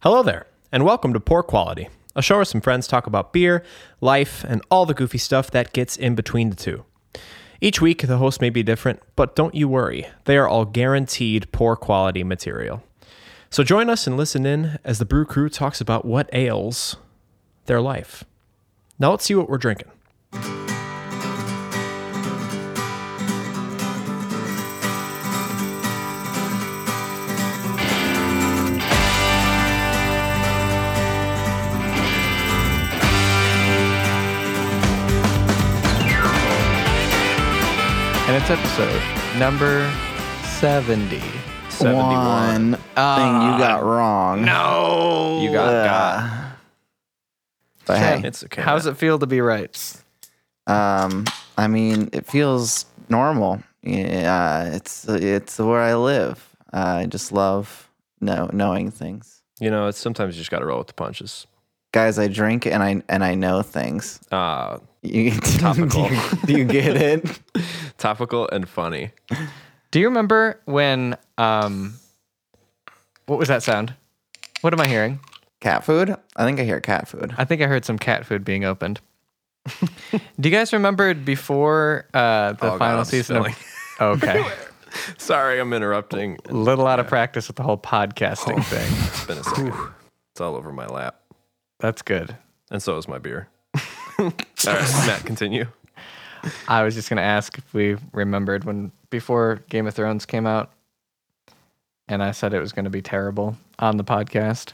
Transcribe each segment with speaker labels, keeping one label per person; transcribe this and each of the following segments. Speaker 1: Hello there, and welcome to Poor Quality, a show where some friends talk about beer, life, and all the goofy stuff that gets in between the two. Each week, the host may be different, but don't you worry, they are all guaranteed poor quality material. So join us and listen in as the brew crew talks about what ails their life. Now let's see what we're drinking.
Speaker 2: And it's episode number 70.
Speaker 1: 71.
Speaker 3: One thing you got wrong.
Speaker 1: Ah, No!
Speaker 2: You got got.
Speaker 3: Ugh. But hey,
Speaker 1: It's okay.
Speaker 2: How's it feel to be right?
Speaker 3: um, I mean, it feels normal. Yeah, it's it's where I live. I just love know, knowing things,
Speaker 1: You know, it's sometimes you just got to roll with the punches.
Speaker 3: guys. I drink and I and I know things.
Speaker 1: Uh,
Speaker 3: You,
Speaker 1: Topical.
Speaker 3: do, you, do you get it?
Speaker 1: topical and funny.
Speaker 2: Do you remember when um what was that sound? What am I hearing?
Speaker 3: cat food? I think I hear cat food.
Speaker 2: I think I heard some cat food being opened. Do you guys remember before uh the
Speaker 1: Oh, God,
Speaker 2: final
Speaker 1: I'm
Speaker 2: season of Okay.
Speaker 1: Sorry, I'm interrupting.
Speaker 2: Little out of practice with the whole
Speaker 1: Oh.
Speaker 2: podcasting thing.
Speaker 1: It's been a second. It's all over my lap.
Speaker 2: That's good.
Speaker 1: And so is my beer. all right, Matt, continue.
Speaker 2: I was just gonna ask if we remembered when before Game of Thrones came out, and I said it was gonna be terrible on the podcast.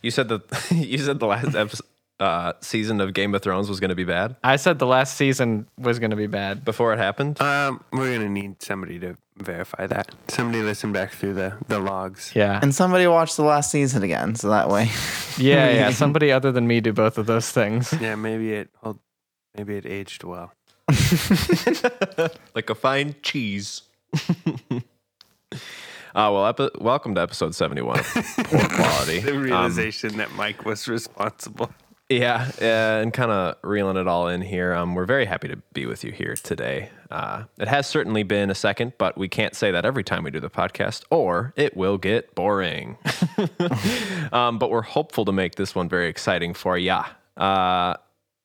Speaker 1: You said that you said the last episode, uh, season of Game of Thrones was going to be bad
Speaker 2: I said the last season was gonna be bad.
Speaker 1: before it happened.
Speaker 4: Um, we're gonna need somebody to verify that. Somebody listen back through the the logs.
Speaker 2: Yeah,
Speaker 3: And somebody watched the last season again, so that way.
Speaker 2: yeah, yeah. Somebody other than me do both of those things.
Speaker 4: Yeah, maybe it hold, maybe it aged well.
Speaker 1: like a fine cheese. Uh, well, epi- welcome to episode 71 of Poor Quality.
Speaker 4: The
Speaker 1: Um,
Speaker 4: realization that Mike was responsible.
Speaker 1: Yeah, uh, and kind of reeling it all in here. Um, we're very happy to be with you here today. Uh, it has certainly been a second, but we can't say that every time we do the podcast, or it will get boring. um, but we're hopeful to make this one very exciting for ya. Uh,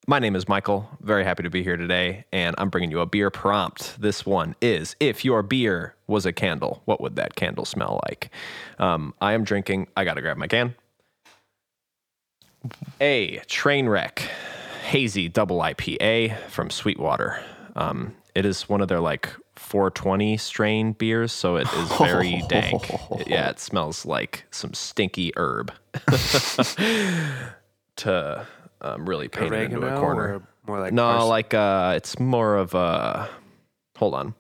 Speaker 1: my name is Michael. Very happy to be here today, and I'm bringing you a beer prompt. This one is: If your beer was a candle, what would that candle smell like? Um, I am drinking. I gotta grab my can. A train wreck, hazy double IPA from Sweetwater. Um, it is one of their like 420 strain beers, so it is very dank. Yeah, it smells like some stinky herb. to um, really paint it into a
Speaker 4: Oregano,
Speaker 1: corner.
Speaker 4: or more like
Speaker 1: no,
Speaker 4: pars-
Speaker 1: like uh, it's more of a. Hold on.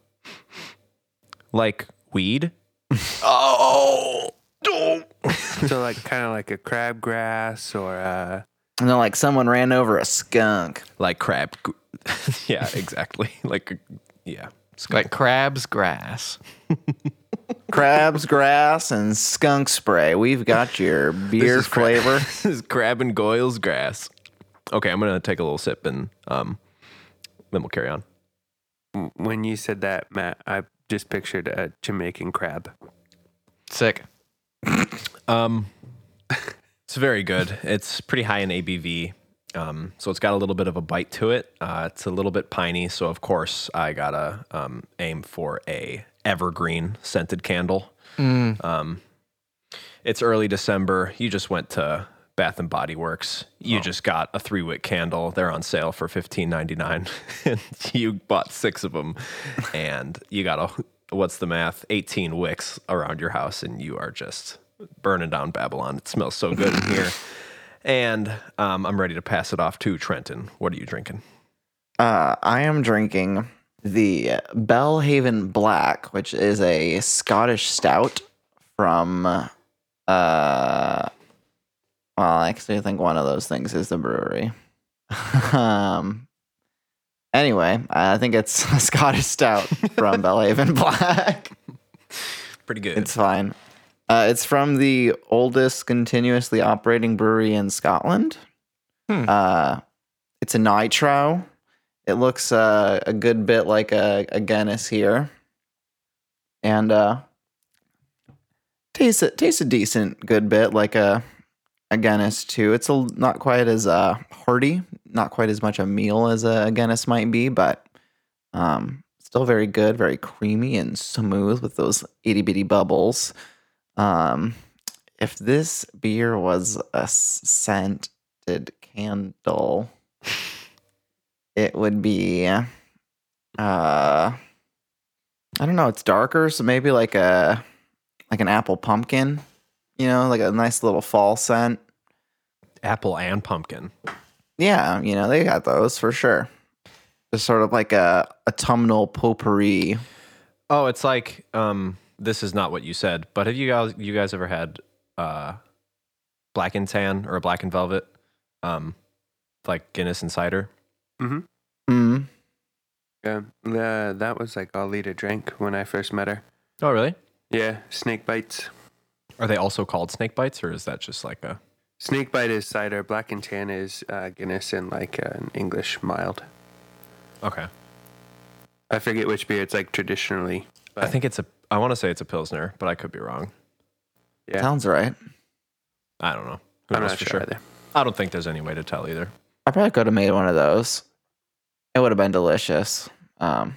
Speaker 1: Like weed. oh.
Speaker 4: so like kind of like a crabgrass or uh,
Speaker 3: And then, like, someone ran over a skunk.
Speaker 1: like crab. gr- yeah, exactly. like, yeah. It's
Speaker 2: Like crabs, grass.
Speaker 3: Crabs, grass, and skunk spray. We've got your beer
Speaker 1: is crab-
Speaker 3: flavor.
Speaker 1: this is crab and goyle's grass. Okay, I'm gonna take a little sip and um, then we'll carry on.
Speaker 4: w- when you said that, Matt, I just pictured a Jamaican crab.
Speaker 2: Sick.
Speaker 1: Um, it's very good. It's pretty high in ABV. Um, so it's got a little bit of a bite to it. Uh, it's a little bit piney. So of course I gotta um, aim for a evergreen scented candle.
Speaker 2: Mm.
Speaker 1: Um, it's early December. You just went to Bath and Body Works. You just got a three wick candle. They're on sale for fifteen ninety nine, and you bought six of them, and you got a what's the math? Eighteen wicks around your house, and you are just burning down Babylon. It smells so good in here. And um, I'm ready to pass it off to Trenton. What are you drinking?
Speaker 3: Uh, I am drinking the Bellhaven Black, which is a Scottish stout from. Uh, well, I actually think one of those things is the brewery. um, anyway, I think it's a Scottish stout from Bellhaven Black.
Speaker 1: Pretty good.
Speaker 3: It's fine. Uh, it's from the oldest continuously operating brewery in Scotland.
Speaker 2: Hmm.
Speaker 3: Uh, it's a nitro. It looks uh, a good bit like a, a Guinness here, and uh, tastes a, tastes a decent good bit like a a Guinness too. It's a, l- not quite as uh, hearty, not quite as much a meal as a Guinness might be, but um, still very good, very creamy and smooth with those itty bitty bubbles. Um, if this beer was a s- scented candle, it would be. Uh, I don't know. It's darker, so maybe like a like an apple pumpkin. You know, like a nice little fall scent.
Speaker 1: Apple and pumpkin.
Speaker 3: Yeah, you know, they got those for sure. Just sort of like a autumnal potpourri.
Speaker 1: Oh, it's like um, this is not what you said, but have you guys you guys ever had uh, black and tan or a black and velvet, um, like Guinness and cider?
Speaker 3: Mm.
Speaker 4: Yeah, uh, that was like all Lita drank when I first met her.
Speaker 1: Oh, really?
Speaker 4: Yeah, snake bites.
Speaker 1: Are they also called snake bites, or is that just like a?
Speaker 4: Snake bite is cider. Black and tan is uh, Guinness and like an English mild.
Speaker 1: Okay,
Speaker 4: I forget which beer it's like traditionally.
Speaker 1: I think it's a. I want to say it's a pilsner, but I could be wrong.
Speaker 4: Yeah.
Speaker 3: Sounds right.
Speaker 1: I don't know. Who
Speaker 4: I'm
Speaker 1: knows
Speaker 4: not
Speaker 1: for
Speaker 4: sure,
Speaker 1: sure?
Speaker 4: either.
Speaker 1: I don't think there's any way to tell either.
Speaker 3: I probably could have made one of those. It would have been delicious. Um,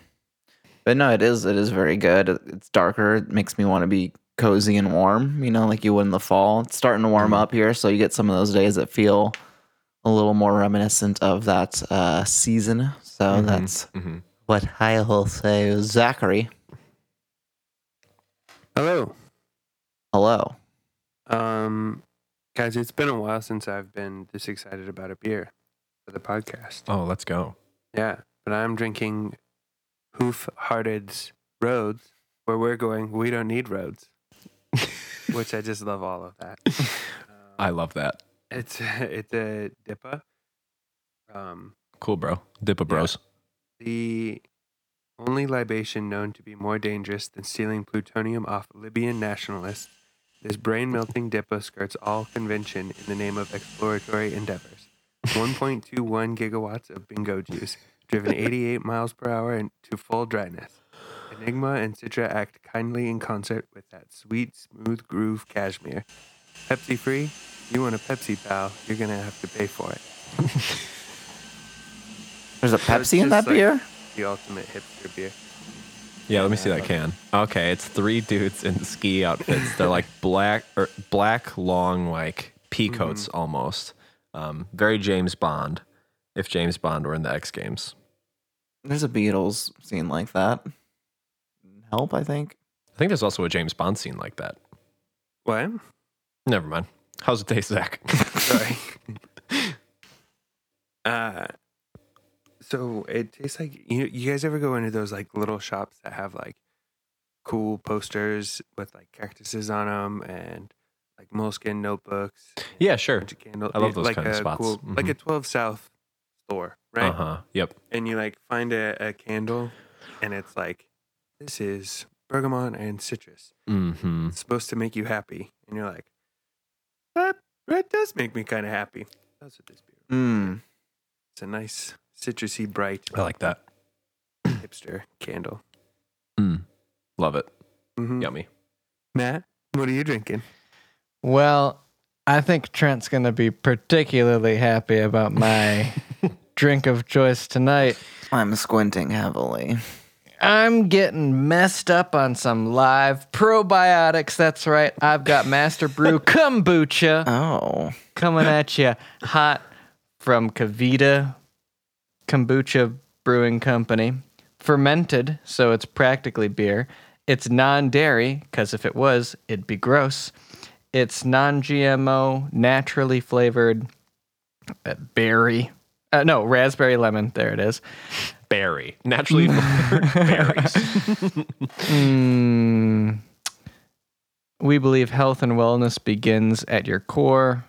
Speaker 3: but no, it is. It is very good. It- It's darker. It makes me want to be cozy and warm. You know, like you would in the fall. It's starting to warm up here, so you get some of those days that feel a little more reminiscent of that uh, season. So
Speaker 1: Mhm.
Speaker 3: Oh, that's
Speaker 1: hmm
Speaker 3: what I will say. Zachary,
Speaker 4: Hello.
Speaker 3: hello.
Speaker 4: Oh, Um, guys, it's been a while since I've been this excited about a beer for the podcast.
Speaker 1: Oh, let's go.
Speaker 4: Yeah, but I'm drinking Hoof Hearted's Roads. Where we're going, we don't need roads, which I just love all of that.
Speaker 1: I love that.
Speaker 4: It's it's a DIPA. Um,
Speaker 1: Cool, bro. Dippa bros.
Speaker 4: the only libation known to be more dangerous than stealing plutonium off Libyan nationalists, this brain melting dippo skirts all convention in the name of exploratory endeavors. 1.21 gigawatts of bingo juice, driven 88 miles per hour and to full dryness. Enigma and Citra act kindly in concert with that sweet, smooth groove cashmere. Pepsi free? You want a Pepsi, pal? You're going to have to pay for it.
Speaker 3: There's a
Speaker 4: That's
Speaker 3: Pepsi in that
Speaker 4: just like
Speaker 3: beer.
Speaker 4: The ultimate hipster beer.
Speaker 1: Yeah, let me see that can. Okay, it's three dudes in ski outfits. They're like black or black long like pea coats almost. Um, very James Bond. If James Bond were in the X Games,
Speaker 3: There's a Beatles scene like that. Help, I think.
Speaker 1: I think there's also a James Bond scene like that.
Speaker 4: What?
Speaker 1: Never mind. How's it taste, Zach?
Speaker 4: Sorry. uh, so it tastes like you. You guys ever go into those like little shops that have like cool posters with like cactuses on them and like moleskin notebooks,
Speaker 1: yeah, sure.
Speaker 4: bunch of candle-
Speaker 1: I love those
Speaker 4: like
Speaker 1: kind of
Speaker 4: a
Speaker 1: spots.
Speaker 4: like
Speaker 1: Mhm.
Speaker 4: a twelve south store, right?
Speaker 1: Uh huh. Yep.
Speaker 4: And you like find a, a candle, and it's like this is bergamot and citrus.
Speaker 1: Mm-hmm.
Speaker 4: It's supposed to make you happy, and you're like, that that does make me kind of happy. That's what this beer.
Speaker 3: Mm.
Speaker 4: It's a nice citrusy, bright
Speaker 1: I like that.
Speaker 4: hipster candle.
Speaker 1: Mm. Love it.
Speaker 4: Mm-hmm.
Speaker 1: Yummy.
Speaker 4: Matt, what are you drinking?
Speaker 2: Well, I think Trent's going to be particularly happy about my drink of choice tonight.
Speaker 3: I'm squinting heavily.
Speaker 2: I'm getting messed up on some live probiotics. That's right. I've got Master Brew kombucha
Speaker 3: Oh,
Speaker 2: coming at you hot from Kavita Kombucha Brewing Company. Fermented, so it's practically beer. It's non dairy, because if it was, it'd be gross. It's non GMO, naturally flavored uh, berry. Uh, no, raspberry lemon. There it is.
Speaker 1: Berry. Naturally flavored berries.
Speaker 2: Mm. We believe health and wellness begins at your core.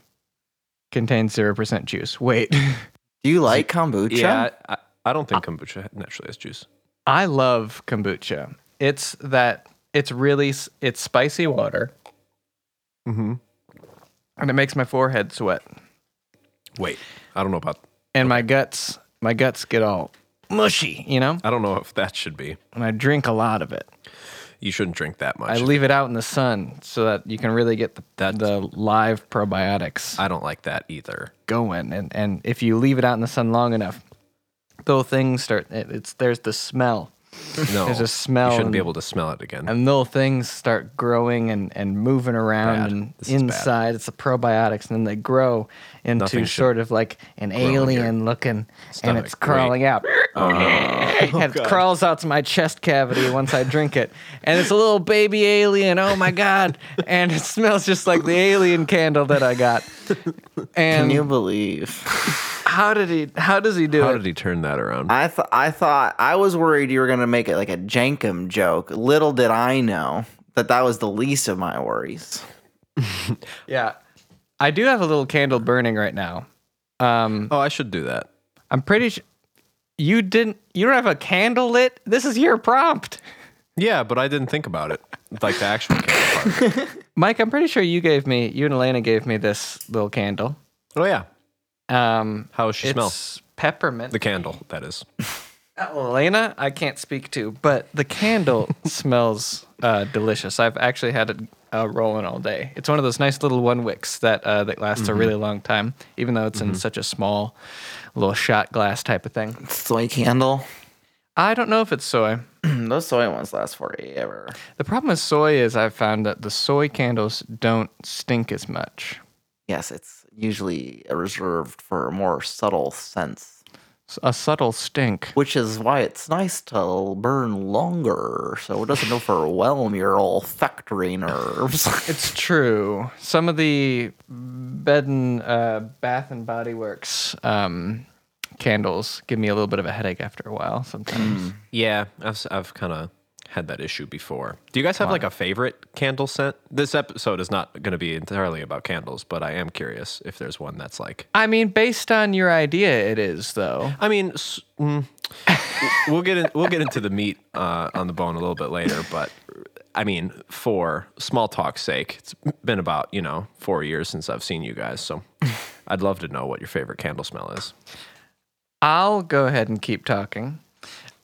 Speaker 2: Contains zero percent juice. Wait,
Speaker 3: do you like kombucha?
Speaker 1: Yeah, I, I don't think kombucha naturally has juice.
Speaker 2: I love kombucha. It's that. It's really. s- It's spicy water,
Speaker 1: Mm-hmm.
Speaker 2: and it makes my forehead sweat,
Speaker 1: Wait, I don't know about.
Speaker 2: and my guts. My guts get all mushy, you know.
Speaker 1: I don't know if that should be.
Speaker 2: And I drink a lot of it.
Speaker 1: you shouldn't drink that much.
Speaker 2: I leave it out in the sun so that you can really get the,
Speaker 1: That's-
Speaker 2: the live probiotics
Speaker 1: I don't like that either.
Speaker 2: going. And, and if you leave it out in the sun long enough, though things start, it, it's there's the smell,
Speaker 1: No,
Speaker 2: There's a smell
Speaker 1: You shouldn't
Speaker 2: and-
Speaker 1: be able to smell it again.
Speaker 2: and little things start growing and, and moving around
Speaker 1: Bad.
Speaker 2: and
Speaker 1: This is bad.
Speaker 2: inside. It's the probiotics, and then they grow into
Speaker 1: Nothing should
Speaker 2: sort of like an
Speaker 1: your
Speaker 2: alien looking, and
Speaker 1: stomach. Oh.
Speaker 2: it's crawling out. and it crawls out to my chest cavity once I drink it. And it's a little baby alien. Oh my God. And it smells just like the alien candle that I got.
Speaker 3: Can
Speaker 2: And
Speaker 3: you believe?
Speaker 2: how did he how does he do
Speaker 1: How
Speaker 2: it?
Speaker 1: did he turn that around?
Speaker 3: I th- I thought I was worried you were gonna make it like a Jankum joke. Little did I know that that was the least of my worries.
Speaker 2: yeah. I do have a little candle burning right now. Um
Speaker 1: oh, I should do that.
Speaker 2: I'm pretty sure you didn't. You don't have a candle lit. This is your prompt,
Speaker 1: Yeah, but I didn't think about it. Like the actual candle part.
Speaker 2: Mike. I'm pretty sure you gave me. You and Elena gave me this little candle.
Speaker 1: Oh yeah,
Speaker 2: Um,
Speaker 1: how does she
Speaker 2: it's
Speaker 1: smell?
Speaker 2: peppermint.
Speaker 1: The
Speaker 2: Uh,
Speaker 1: candle that is.
Speaker 2: Elena, I can't speak to, but the candle smells uh, delicious. I've actually had it uh, rolling all day. It's one of those nice little one wicks that uh, that lasts
Speaker 1: Mm-hmm.
Speaker 2: a really long time, even though it's in such a small little shot glass type of thing.
Speaker 3: Soy candle.
Speaker 2: I don't know if it's soy.
Speaker 3: Those soy ones last forever.
Speaker 2: The problem with soy is I've found that the soy candles don't stink as much.
Speaker 3: Yes, it's usually reserved for more subtle scents,
Speaker 2: S- A subtle stink.
Speaker 3: which is why it's nice to burn longer, so it doesn't overwhelm your olfactory nerves.
Speaker 2: It's true. Some of the bed and uh, Bath and Body Works um, candles give me a little bit of a headache after a while sometimes.
Speaker 1: Yeah, I've s- I've kind of had that issue before. Do you guys have like a favorite candle scent? This episode is not going to be entirely about candles, but I am curious if there's one that's like.
Speaker 2: I mean, based on your idea, it is though.
Speaker 1: I mean, s- mm, we'll get in, we'll get into the meat uh, on the bone a little bit later, but I mean, for small talk's sake, it's been about you know four years since I've seen you guys, so I'd love to know what your favorite candle smell is.
Speaker 2: I'll go ahead and keep talking.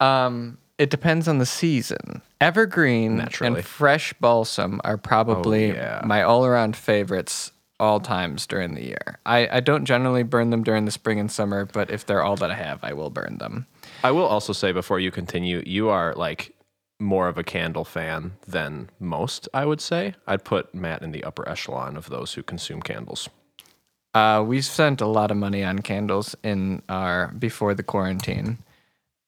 Speaker 2: Um, it depends on the season. Evergreen
Speaker 1: Naturally. Oh,
Speaker 2: and fresh balsam are probably
Speaker 1: yeah.
Speaker 2: my all around favorites all times during the year. I, I don't generally burn them during the spring and summer, but if they're all that I have, I will burn them.
Speaker 1: I will also say before you continue, you are like more of a candle fan than most, I would say. I'd put Matt in the upper echelon of those who consume candles.
Speaker 2: Uh, we spent a lot of money on candles in our before the quarantine.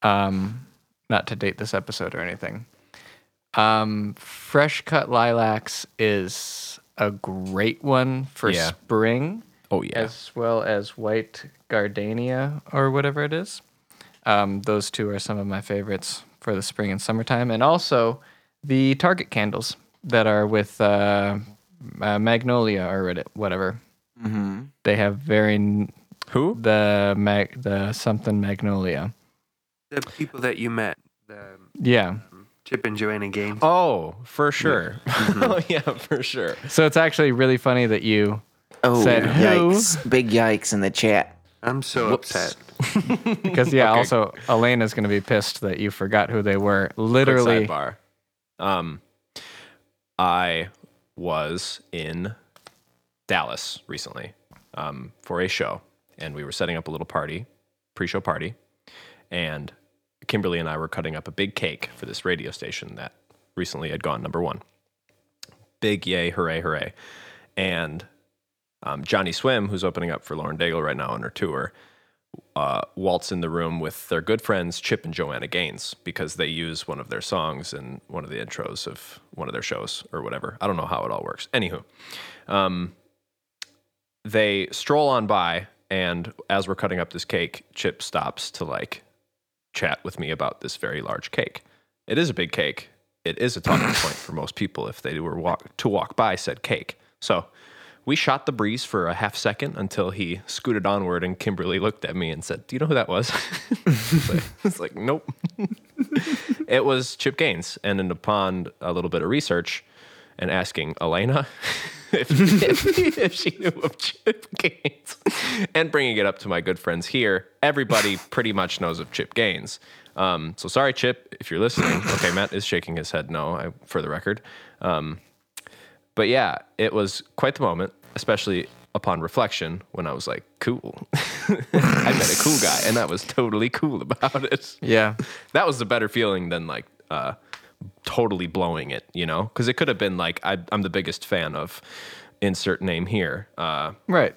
Speaker 2: Um, not to date this episode or anything. Um, fresh cut lilacs is a great one for
Speaker 1: Yeah.
Speaker 2: spring,
Speaker 1: Oh yeah.
Speaker 2: as well as white gardenia or whatever it is. Um, those two are some of my favorites for the spring and summertime, and also the Target candles that are with uh, uh, magnolia or Reddit, whatever.
Speaker 3: mm-hmm.
Speaker 2: They have very n-
Speaker 1: who?
Speaker 2: the mag the something magnolia.
Speaker 4: The people that you met, the
Speaker 2: Yeah.
Speaker 4: Chip and Joanna Gaines.
Speaker 1: Oh, for sure. oh yeah, for sure.
Speaker 2: So it's actually really funny that you
Speaker 3: Oh,
Speaker 2: Said who?
Speaker 3: yikes! Big yikes in the chat.
Speaker 4: I'm so
Speaker 1: Whoops.
Speaker 4: upset.
Speaker 2: because yeah, also Elena's gonna be pissed that you forgot who they were. Literally
Speaker 1: Quick sidebar. Um, I was in Dallas recently um, for a show, and we were setting up a little party, pre-show party, and Kimberly and I were cutting up a big cake for this radio station that recently had gone number one. Big yay, hooray, hooray! And um, Johnny Swim, who's opening up for Lauren Daigle right now on her tour, uh, waltz in the room with their good friends Chip and Joanna Gaines because they use one of their songs in one of the intros of one of their shows or whatever. I don't know how it all works. Anywho, um, they stroll on by, and as we're cutting up this cake, Chip stops to like chat with me about this very large cake. It is a big cake. It is a talking point for most people if they were walk to walk by said cake. So we shot the breeze for a half second until he scooted onward and Kimberly looked at me and said, Do you know who that was? it's, like, it's like, Nope. it was Chip Gaines. And then upon a little bit of research and asking Elena if, if, if she knew of Chip Gaines and bringing it up to my good friends here, everybody pretty much knows of Chip Gaines. Um, so sorry, Chip, if you're listening. okay, Matt is shaking his head no, I, for the record. Um, but yeah, it was quite the moment, especially upon reflection when I was like, cool. I met a cool guy, and I was totally cool about it.
Speaker 2: Yeah.
Speaker 1: That was the better feeling than like uh, totally blowing it, you know? Because it could have been like, I, I'm the biggest fan of insert name here. Uh,
Speaker 2: Right.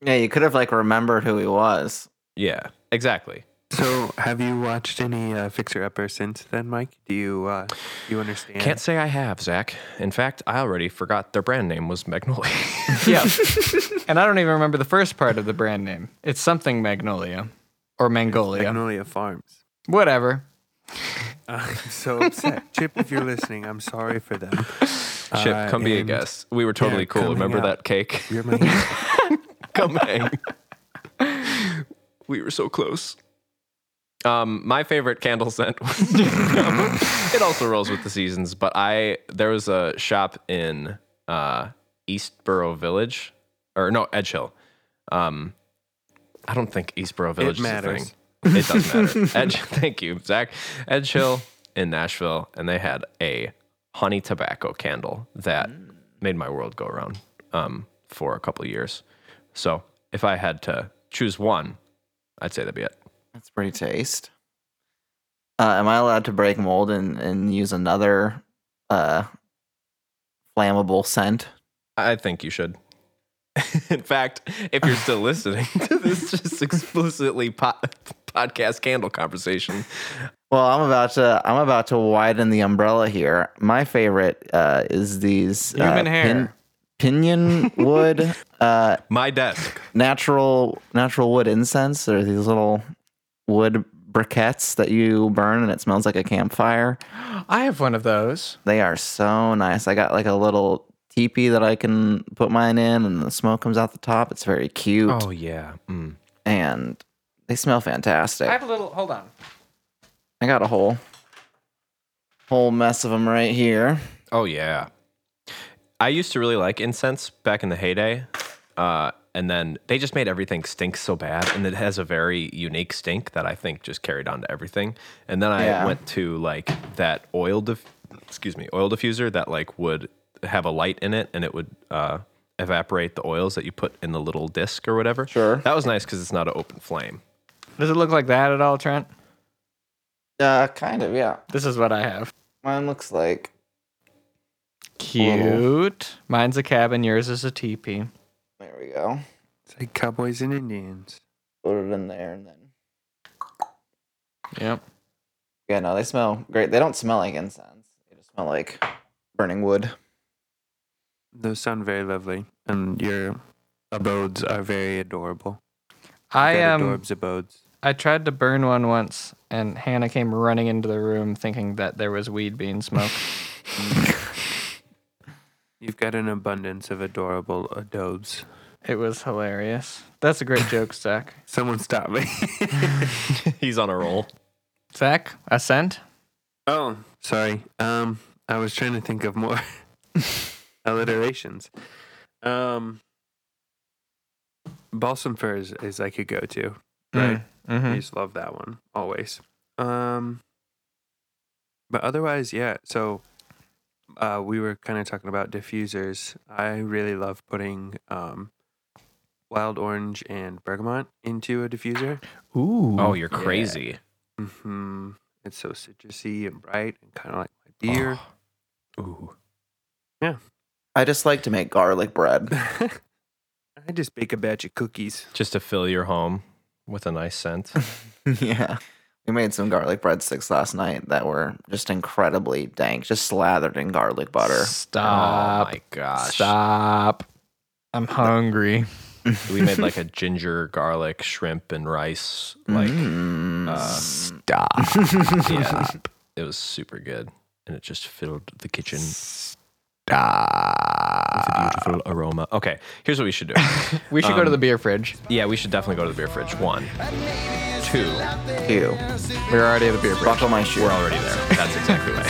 Speaker 3: Yeah, you could have like remembered who he was.
Speaker 1: yeah, exactly.
Speaker 4: So, have you watched any uh, Fixer Upper since then, Mike? Do you uh, you understand?
Speaker 1: Can't say I have, Zach. In fact, I already forgot their brand name was Magnolia.
Speaker 2: Yeah. and I don't even remember the first part of the brand name. It's something Magnolia or Mangolia.
Speaker 4: Magnolia Farms.
Speaker 2: Whatever.
Speaker 4: I'm so upset, Chip. If you're listening, I'm sorry for them.
Speaker 1: Chip,
Speaker 4: Uh,
Speaker 1: come be a
Speaker 4: and
Speaker 1: guest. We were totally
Speaker 4: yeah,
Speaker 1: cool.
Speaker 4: come
Speaker 1: Remember
Speaker 4: hang out.
Speaker 1: that cake?
Speaker 4: You're my guest.
Speaker 1: come hang. we were so close. Um, my favorite candle scent. Was, it also rolls with the seasons, but I there was a shop in uh, Eastboro Village, or no Edge Hill. Um, I don't think Eastboro Village is a
Speaker 4: matters.
Speaker 1: thing. It does matter. Edge, thank you, Zach. Edge Hill in Nashville, and they had a honey tobacco candle that made my world go around um, for a couple of years. So if I had to choose one, I'd say that'd be it.
Speaker 3: That's pretty taste. Uh, am I allowed to break mold and, and use another uh, flammable scent?
Speaker 1: I think you should. In fact, if you're still listening to this just explicitly po- podcast candle conversation,
Speaker 3: Well, I'm about to I'm about to widen the umbrella here. My favorite uh, is these
Speaker 2: Human
Speaker 3: uh,
Speaker 2: hair.
Speaker 3: pinion wood, uh,
Speaker 1: my desk.
Speaker 3: natural natural wood incense. There are these little wood briquettes that you burn, and it smells like a campfire.
Speaker 2: I have one of those.
Speaker 3: They are so nice. I got like a little teepee that I can put mine in, and the smoke comes out the top. It's very cute,
Speaker 1: Oh. yeah.
Speaker 3: and they smell fantastic.
Speaker 2: a little. Hold on.
Speaker 3: I got a whole whole mess of them right here.
Speaker 1: Oh yeah. I used to really like incense back in the heyday. Uh, and then they just made everything stink so bad and it has a very unique stink that I think just carried on to everything. And then I
Speaker 3: Yeah.
Speaker 1: went to like that oil diff- excuse me, oil diffuser that like would have a light in it and it would uh, evaporate the oils that you put in the little disc or whatever.
Speaker 3: Sure.
Speaker 1: That was nice cuz it's not an open flame.
Speaker 2: Does it look like that at all, Trent?
Speaker 3: Uh, kind of, yeah.
Speaker 2: This is what I have.
Speaker 3: Mine looks like
Speaker 2: Cute. Mine's a cabin. Yours is a teepee.
Speaker 3: there we go.
Speaker 4: It's like cowboys and Indians.
Speaker 3: Put it in there and then.
Speaker 2: Yep.
Speaker 3: Yeah, no, they smell great. They don't smell like incense. They just smell like burning wood.
Speaker 4: Those sound very lovely, and your abodes are very adorable.
Speaker 2: I
Speaker 4: That
Speaker 2: am.
Speaker 4: adorbs abodes.
Speaker 2: I tried to burn one once, and Hannah came running into the room thinking that there was weed being smoked.
Speaker 4: You've got an abundance of adorable adobes.
Speaker 2: it was hilarious. That's a great joke, Zach.
Speaker 4: Someone stop me.
Speaker 1: He's on a roll.
Speaker 2: Zach, a scent?
Speaker 4: oh, sorry. Um, I was trying to think of more alliterations. Um, balsam fir is, is like a go-to, right? I
Speaker 1: Hmm.
Speaker 2: Mm-hmm.
Speaker 4: just love that one always. Um, but otherwise, yeah. So uh, we were kind of talking about diffusers. I really love putting um, wild orange and bergamot into a diffuser.
Speaker 2: Ooh.
Speaker 1: Oh, you're crazy.
Speaker 4: hmm It's so citrusy and bright and kind of like my beer.
Speaker 1: Ooh.
Speaker 3: I just like to make garlic bread.
Speaker 4: I just bake a batch of cookies.
Speaker 1: Just to fill your home with a nice scent.
Speaker 3: yeah. We made some garlic breadsticks last night that were just incredibly dank, just slathered in garlic butter.
Speaker 1: Oh
Speaker 2: Stop.
Speaker 1: my gosh.
Speaker 2: Uh, Stop. I'm hungry.
Speaker 1: we made like a ginger garlic shrimp and rice like uh,
Speaker 3: Mm.
Speaker 2: Stop.
Speaker 1: yeah it was super good and it just filled the kitchen with a beautiful aroma okay here's what we should do
Speaker 2: We should go to the beer fridge.
Speaker 1: yeah we should definitely go to the beer fridge one two
Speaker 3: Ew.
Speaker 2: We're already at the beer fridge.
Speaker 3: Buckle my shoe.
Speaker 1: we're already there that's exactly right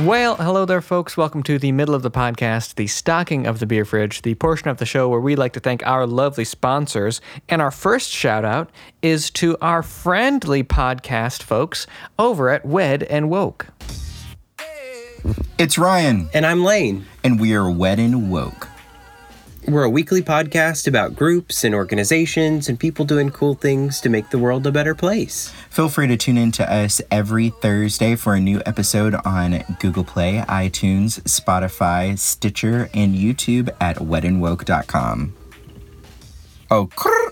Speaker 2: Well, hello there, folks. Welcome to the middle of the podcast, the stocking of the beer fridge, the portion of the show where we like to thank our lovely sponsors. And our first shout out is to our friendly podcast folks over at Wed and Woke.
Speaker 5: It's Ryan,
Speaker 6: And I'm Lane.
Speaker 5: and we are wet and woke.
Speaker 6: We're a weekly podcast about groups and organizations and people doing cool things to make the world a better place.
Speaker 5: Feel free to tune in to us every Thursday for a new episode on Google Play, iTunes, Spotify, Stitcher, and YouTube at wetandwoke.com. Oh, crrr.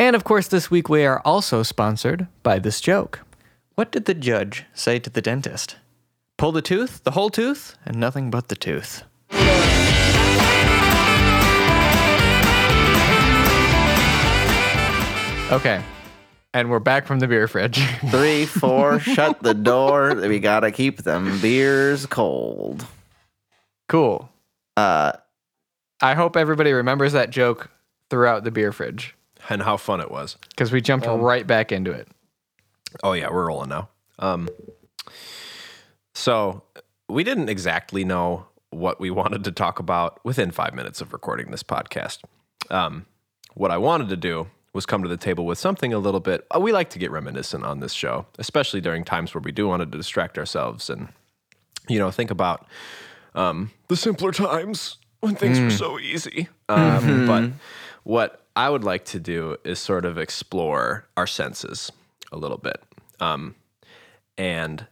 Speaker 2: And of course, this week we are also sponsored by this joke. What did the judge say to the dentist? Pull the tooth, the whole tooth, and nothing but the tooth. Okay. And we're back from the beer fridge.
Speaker 3: Three, four, shut the door. We gotta keep them beers cold.
Speaker 2: cool.
Speaker 3: Uh,
Speaker 2: I hope everybody remembers that joke throughout the beer fridge
Speaker 1: and how fun it was.
Speaker 2: because we jumped right back into it.
Speaker 1: Oh yeah, we're rolling now. Um, so we didn't exactly know what we wanted to talk about within five minutes of recording this podcast. Um, what I wanted to do was come to the table with something a little bit. uh, We like to get reminiscent on this show, especially during times where we do want to distract ourselves and you know think about um, the simpler times when things were so easy. Um, But what I would like to do is sort of explore our senses a little bit um, and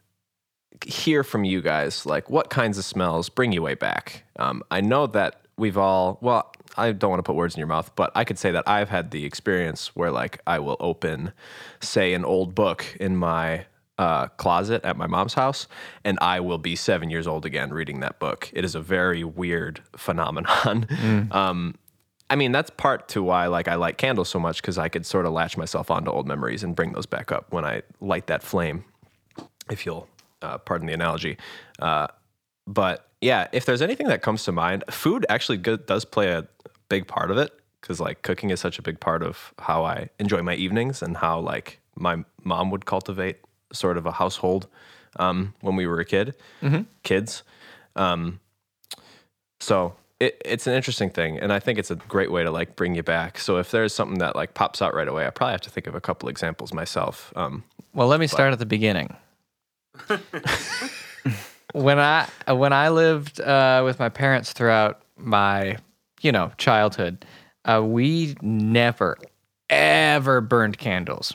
Speaker 1: hear from you guys like what kinds of smells bring you way back. Um, I know that we've all, well, I don't want to put words in your mouth, but I could say that I've had the experience where like I will open, say, an old book in my uh, closet at my mom's house, and I will be seven years old again reading that book. It is a very weird phenomenon. Um, I mean, that's part to why like I light candles so much because I could sort of latch myself onto old memories and bring those back up when I light that flame, if you'll uh, pardon the analogy. Uh, but yeah, if there's anything that comes to mind, food actually go- does play a big part of it because like cooking is such a big part of how I enjoy my evenings and how like my mom would cultivate sort of a household um, when we were a kid, kids. Um, so it, it's an interesting thing, and I think it's a great way to like bring you back. So if there's something that like pops out right away, I probably have to think of a couple examples myself. Um,
Speaker 2: Well, let me start at the beginning. when I when I lived uh, with my parents throughout my you know childhood, uh, we never ever burned candles.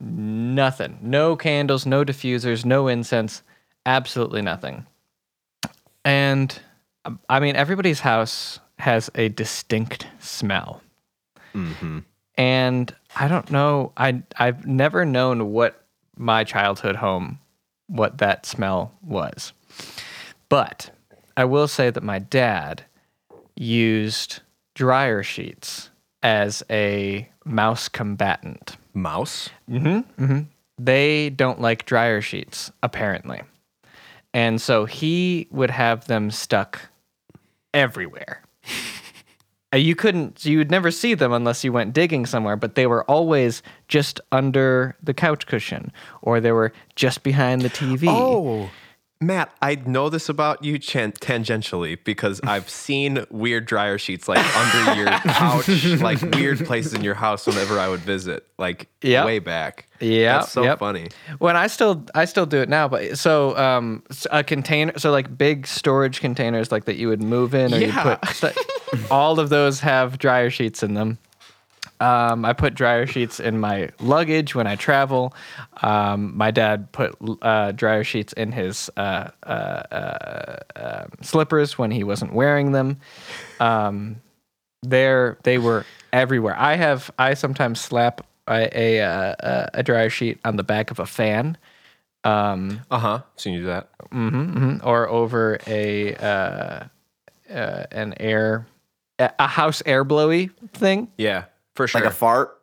Speaker 2: Nothing. No candles. No diffusers. No incense. Absolutely nothing. And um, I mean, everybody's house has a distinct smell and I don't know. I I've never known what my childhood home, what that smell was, but I will say that my dad used dryer sheets as a mouse combatant.
Speaker 1: mouse.
Speaker 2: They don't like dryer sheets apparently, and so he would have them stuck everywhere. Uh, you couldn't you would never see them unless you went digging somewhere but they were always just under the couch cushion or they were just behind the tv
Speaker 1: Oh, Matt, I know this about you chan- tangentially because I've seen weird dryer sheets like under your couch, like weird places in your house whenever I would visit, like
Speaker 2: Yep.
Speaker 1: way back.
Speaker 2: Yeah,
Speaker 1: That's so
Speaker 2: yep.
Speaker 1: funny.
Speaker 2: when i still i still do it now but so um s- a container so like big storage containers like that you would move in or
Speaker 1: Yeah.
Speaker 2: you put stu- all of those have dryer sheets in them um, I put dryer sheets in my luggage when I travel. Um, my dad put uh, dryer sheets in his uh, um, slippers when he wasn't wearing them. Um, there they were everywhere. I have I sometimes slap a a, uh, a, a dryer sheet on the back of a fan, um,
Speaker 1: Uh huh. Seen you do that.
Speaker 2: mhm, mhm, or over a uh, uh, an air a a house air blowy thing.
Speaker 1: Yeah, for sure.
Speaker 3: like a fart.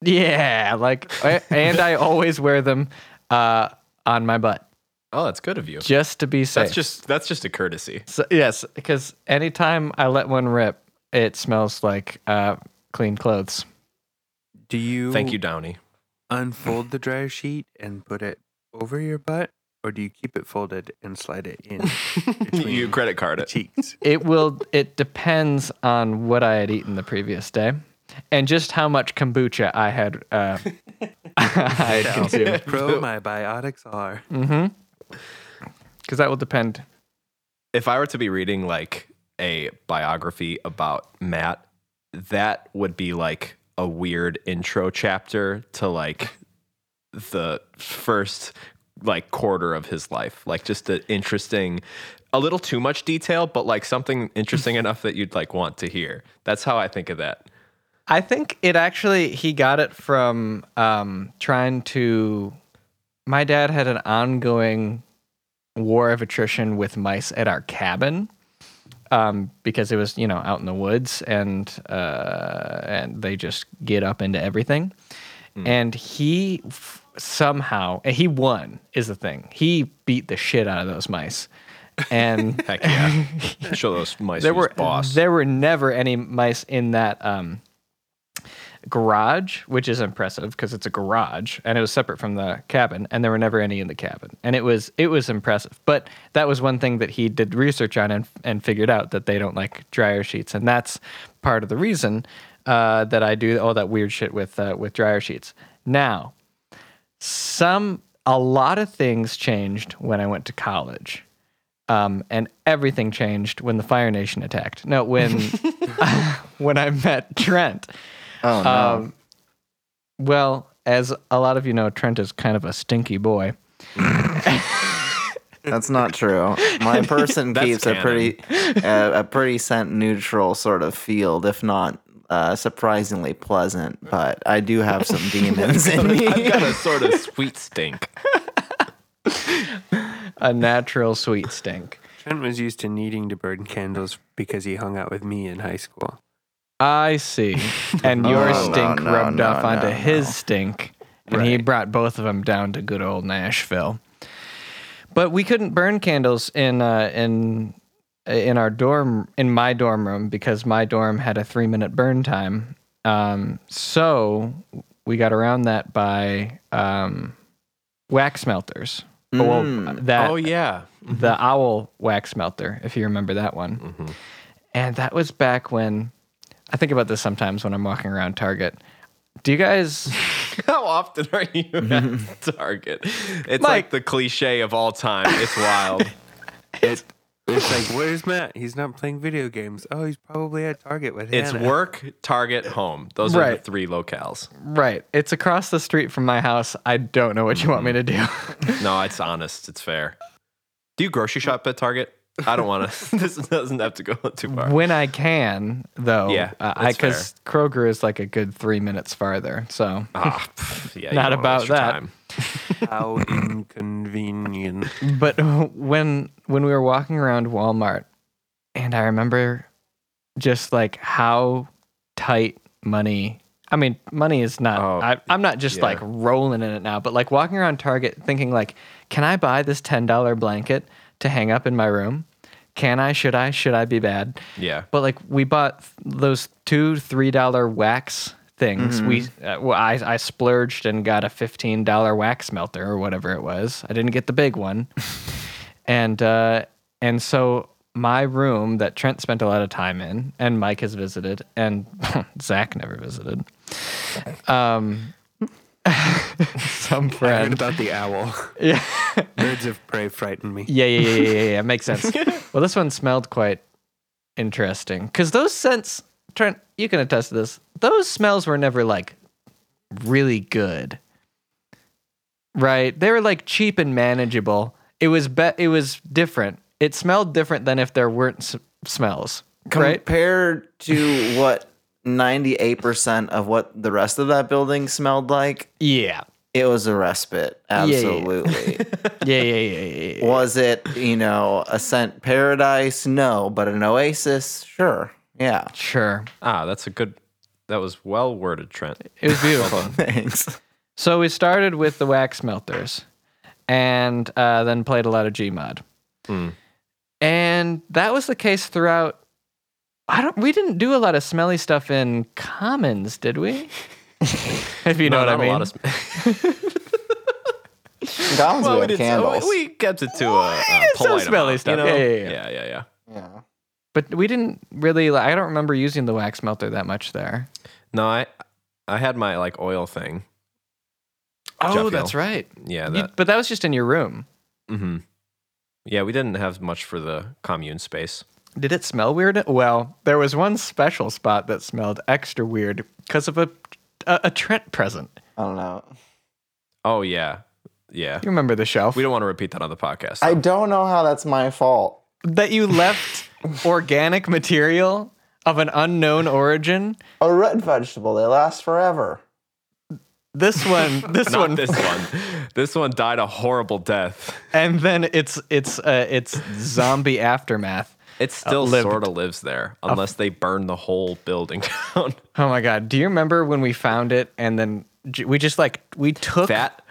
Speaker 2: Yeah, like a- and I always wear them uh, on my butt
Speaker 1: oh, that's good of you.
Speaker 2: just to be safe.
Speaker 1: That's just that's just a courtesy.
Speaker 2: So, yes, because anytime I let one rip, it smells like uh, clean clothes.
Speaker 4: Do you
Speaker 1: Thank you, Downey.
Speaker 4: unfold the dryer sheet and put it over your butt, or do you keep it folded and slide it in between
Speaker 1: you credit card
Speaker 4: the
Speaker 1: it.
Speaker 4: cheeks?
Speaker 2: It will. It depends on what I had eaten the previous day, and just how much kombucha I had. Uh, I had consumed.
Speaker 4: Pro my biotics are.
Speaker 2: Mm-hmm. Because that will depend.
Speaker 1: If I were to be reading like a biography about Matt, that would be like a weird intro chapter to like the first like quarter of his life. Like just an interesting a little too much detail, but like something interesting enough that you'd like want to hear. That's how I think of that.
Speaker 2: I think it actually he got it from um, trying to. My dad had an ongoing war of attrition with mice at our cabin um, because it was you know out in the woods and uh, and they just get up into everything. And he f- somehow and he won is the thing. He beat the shit out of those mice, and
Speaker 1: Heck yeah. Show those mice
Speaker 2: there
Speaker 1: who's
Speaker 2: were
Speaker 1: boss.
Speaker 2: there were never any mice in that um, garage, which is impressive because it's a garage and it was separate from the cabin, and there were never any in the cabin, and it was it was impressive. But that was one thing that he did research on and and figured out that they don't like dryer sheets, and that's part of the reason uh, that I do all that weird shit with uh, with dryer sheets. Now, some a lot of things changed when I went to college um, and everything changed when the Fire Nation attacked. No, when when I met Trent.
Speaker 3: Oh no.
Speaker 2: Um, well, as a lot of you know, Trent is kind of a stinky boy.
Speaker 3: That's not true. My person
Speaker 1: That's
Speaker 3: keeps a
Speaker 1: canon.
Speaker 3: pretty uh, a pretty scent neutral sort of field, if not uh, surprisingly pleasant. But I do have some demons in
Speaker 1: I've
Speaker 3: me.
Speaker 1: got a sort of sweet stink.
Speaker 2: A natural sweet stink.
Speaker 4: Trent was used to needing to burn candles because he hung out with me in high school.
Speaker 2: I see. And your
Speaker 3: Oh, no,
Speaker 2: stink
Speaker 3: no,
Speaker 2: rubbed
Speaker 3: no,
Speaker 2: off onto
Speaker 3: no,
Speaker 2: his
Speaker 3: no.
Speaker 2: stink, and he brought both of them down to good old Nashville. But we couldn't burn candles in uh, in in our dorm in my dorm room because my dorm had a three minute burn time. Um, so we got around that by um, wax melters. Well,
Speaker 3: Mm.
Speaker 2: that
Speaker 1: Oh yeah.
Speaker 2: the owl wax melter, if you remember that one.
Speaker 1: Mm-hmm.
Speaker 2: And that was back when I think about this sometimes when I'm walking around Target. Do you guys?
Speaker 1: How often are you at Target? It's like
Speaker 2: Mike.
Speaker 1: the cliche of all time. It's wild.
Speaker 4: It, it's like, where's Matt? He's not playing video games. Oh, he's probably at Target with
Speaker 1: it's
Speaker 4: Hannah.
Speaker 1: work, Target, home. Those are the
Speaker 2: Right.
Speaker 1: three locales.
Speaker 2: Right. It's across the street from my house. I don't know what you want me to do.
Speaker 1: No, it's honest. It's fair. Do you grocery shop at Target? I don't want to. this doesn't have to go too far.
Speaker 2: when I can, though,
Speaker 1: Yeah,
Speaker 2: uh, I
Speaker 1: that's fair.
Speaker 2: because Kroger is like a good three minutes farther. So
Speaker 1: Ah, pff, yeah, you
Speaker 2: Not
Speaker 1: don't want
Speaker 2: about
Speaker 1: extra
Speaker 2: that.
Speaker 1: time.
Speaker 4: How inconvenient.
Speaker 2: but when when we were walking around Walmart, and I remember just like how tight money. I mean, money is not.
Speaker 1: Oh,
Speaker 2: I, I'm not just
Speaker 1: yeah.
Speaker 2: like rolling in it now, but like walking around Target, thinking like, can I buy this ten dollar blanket to hang up in my room? Can I? Should I? Should I be bad?
Speaker 1: Yeah.
Speaker 2: But like we bought th- those two three dollar wax things. We
Speaker 4: Mm-hmm.
Speaker 2: uh, well, I I splurged and got a fifteen dollar wax melter or whatever it was. I didn't get the big one, and uh, and so my room that Trent spent a lot of time in, and Mike has visited, and Zach never visited. Um, some
Speaker 4: I heard
Speaker 2: friend.
Speaker 4: about the owl.
Speaker 2: Yeah.
Speaker 4: Birds of prey frighten me.
Speaker 2: Yeah, yeah, yeah, yeah, yeah, yeah. Makes sense. well, this one smelled quite interesting because those scents, Trent, you can attest to this. Those smells were never like really good, right? They were like cheap and manageable. It was be- It was different. It smelled different than if there weren't s- smells, right?
Speaker 3: Compared to what ninety eight percent of what the rest of that building smelled like,
Speaker 2: Yeah,
Speaker 3: it was a respite.
Speaker 2: yeah.
Speaker 3: Absolutely.
Speaker 2: yeah, yeah, yeah, yeah. yeah.
Speaker 3: Was it you know a scent paradise? No, but an oasis? Sure. Yeah.
Speaker 2: Sure,
Speaker 1: Ah, that's a good. That was well worded, Trent.
Speaker 2: it was beautiful.
Speaker 3: Thanks.
Speaker 2: So we started with the wax melters, and uh, then played a lot of Gmod,
Speaker 1: Mm.
Speaker 2: and that was the case throughout. I don't. We didn't do a lot of smelly stuff in commons, did we? if you know
Speaker 1: No, not a
Speaker 2: what I mean.
Speaker 1: lot of sm-
Speaker 3: Goblins
Speaker 1: Well,
Speaker 3: we
Speaker 1: we,
Speaker 3: have
Speaker 1: did,
Speaker 3: candles.
Speaker 1: we kept it to a, a
Speaker 2: did some
Speaker 1: polite
Speaker 2: smelly
Speaker 1: amount,
Speaker 2: stuff.
Speaker 1: You know?
Speaker 2: Yeah, yeah,
Speaker 1: yeah, yeah, yeah.
Speaker 3: yeah.
Speaker 2: But we didn't really. I don't remember using the wax melter that much there.
Speaker 1: No, I I had my like oil thing. Jeff Hill.
Speaker 2: Oh, right.
Speaker 1: Yeah,
Speaker 2: You-
Speaker 1: that.
Speaker 2: but that was just in your room.
Speaker 1: hmm Yeah, we didn't have much for the commune space.
Speaker 2: Did it smell weird? Well, there was one special spot that smelled extra weird because of a, a a Trent present.
Speaker 3: I don't know.
Speaker 1: Oh yeah, yeah.
Speaker 2: You remember the shelf
Speaker 1: We don't want to repeat that on the podcast.
Speaker 3: I don't know how that's my fault.
Speaker 2: that you left organic material of an unknown origin.
Speaker 3: A red vegetable. They last forever.
Speaker 2: This one, this
Speaker 1: Not
Speaker 2: one,
Speaker 1: this one. This one died a horrible death.
Speaker 2: and then it's it's uh, it's zombie aftermath.
Speaker 1: It still
Speaker 2: lived.
Speaker 1: sort of lives there, unless they burn the whole building down.
Speaker 2: Oh my god! Do you remember when we found it and then j- we just like we took
Speaker 1: that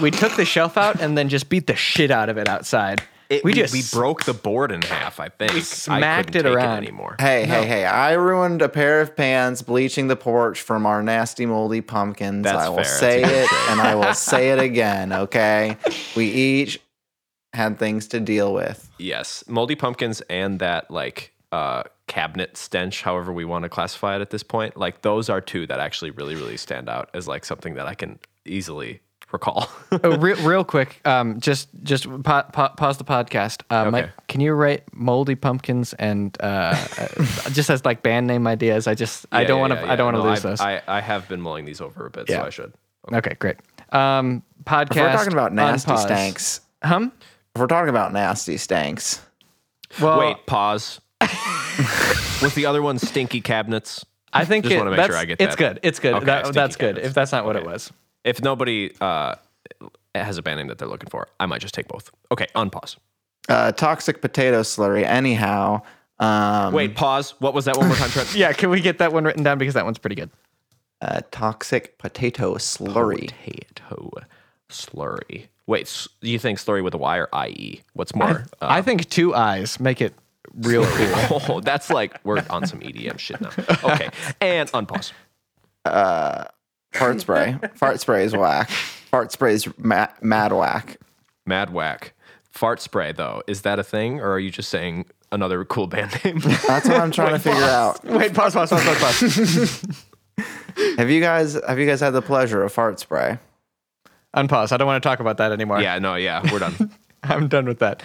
Speaker 2: we took the shelf out and then just beat the shit out of it outside.
Speaker 1: it,
Speaker 2: we just
Speaker 1: we broke the board in half. I think we
Speaker 2: smacked
Speaker 1: I
Speaker 2: it
Speaker 1: couldn't take
Speaker 2: around.
Speaker 1: anymore.
Speaker 3: Hey, hey, hey. I ruined a pair of pans bleaching the porch from our nasty moldy pumpkins.
Speaker 1: That's
Speaker 3: I
Speaker 1: fair.
Speaker 3: will
Speaker 1: That's
Speaker 3: say
Speaker 1: a good
Speaker 3: it and I will say it again, okay? We each had things to deal with.
Speaker 1: Yes, moldy pumpkins and that like uh, cabinet stench, however we want to classify it at this point. Like those are two that actually really really stand out as like something that I can easily recall.
Speaker 2: oh, real, real quick, um, just just pa- pa- pause the podcast. Uh, Mike,
Speaker 1: Okay.
Speaker 2: can you write "Moldy Pumpkins" and uh, uh, just as like band name ideas? I just I
Speaker 1: Yeah,
Speaker 2: don't
Speaker 1: yeah,
Speaker 2: want to
Speaker 1: yeah,
Speaker 2: I
Speaker 1: yeah.
Speaker 2: don't want to
Speaker 1: No,
Speaker 2: lose
Speaker 1: I've-
Speaker 2: those.
Speaker 1: I, I have been mulling these over a bit,
Speaker 2: Yeah.
Speaker 1: so I should.
Speaker 2: okay, great. Um, podcast.
Speaker 3: If we're talking about nasty
Speaker 2: unpause.
Speaker 3: stanks.
Speaker 2: Hum.
Speaker 3: If we're talking about nasty stanks.
Speaker 2: Well,
Speaker 1: Wait, pause. With the other one, stinky cabinets.
Speaker 2: I think
Speaker 1: Just
Speaker 2: it,
Speaker 1: wanna make sure
Speaker 2: that's,
Speaker 1: I get
Speaker 2: it's
Speaker 1: that.
Speaker 2: good. It's good.
Speaker 1: Okay,
Speaker 2: That-
Speaker 1: stinky
Speaker 2: that's good.
Speaker 1: cabinets.
Speaker 2: If that's not what it
Speaker 1: Okay.
Speaker 2: was.
Speaker 1: If nobody uh, has a band name that they're looking for, I might just take both. Okay, unpause.
Speaker 3: Uh, toxic potato slurry, anyhow. Um,
Speaker 2: Mm-hmm.
Speaker 1: Wait, pause. What was that one more time, Trent?
Speaker 2: Yeah. Can we get that one written down because that one's pretty good.
Speaker 3: Uh, toxic potato slurry.
Speaker 1: Potato slurry. Wait, s- you think slurry with a Y or IE? What's more? uh,
Speaker 2: I think two eyes make it real cool.
Speaker 1: oh, that's like we're on some EDM shit now. Okay, and unpause.
Speaker 3: Fart spray. Fart spray is whack. Fart spray is ma- mad whack.
Speaker 1: Mad whack. Fart spray though, is that a thing, or are you just saying another cool band name?
Speaker 3: That's what I'm trying to figure out.
Speaker 2: Wait. Pause. Pause. Pause. Pause. Pause.
Speaker 3: Have you guys have you guys had the pleasure of fart spray?
Speaker 2: Unpause. I don't want to talk about that anymore.
Speaker 1: yeah, no, yeah, we're done.
Speaker 2: I'm done with that.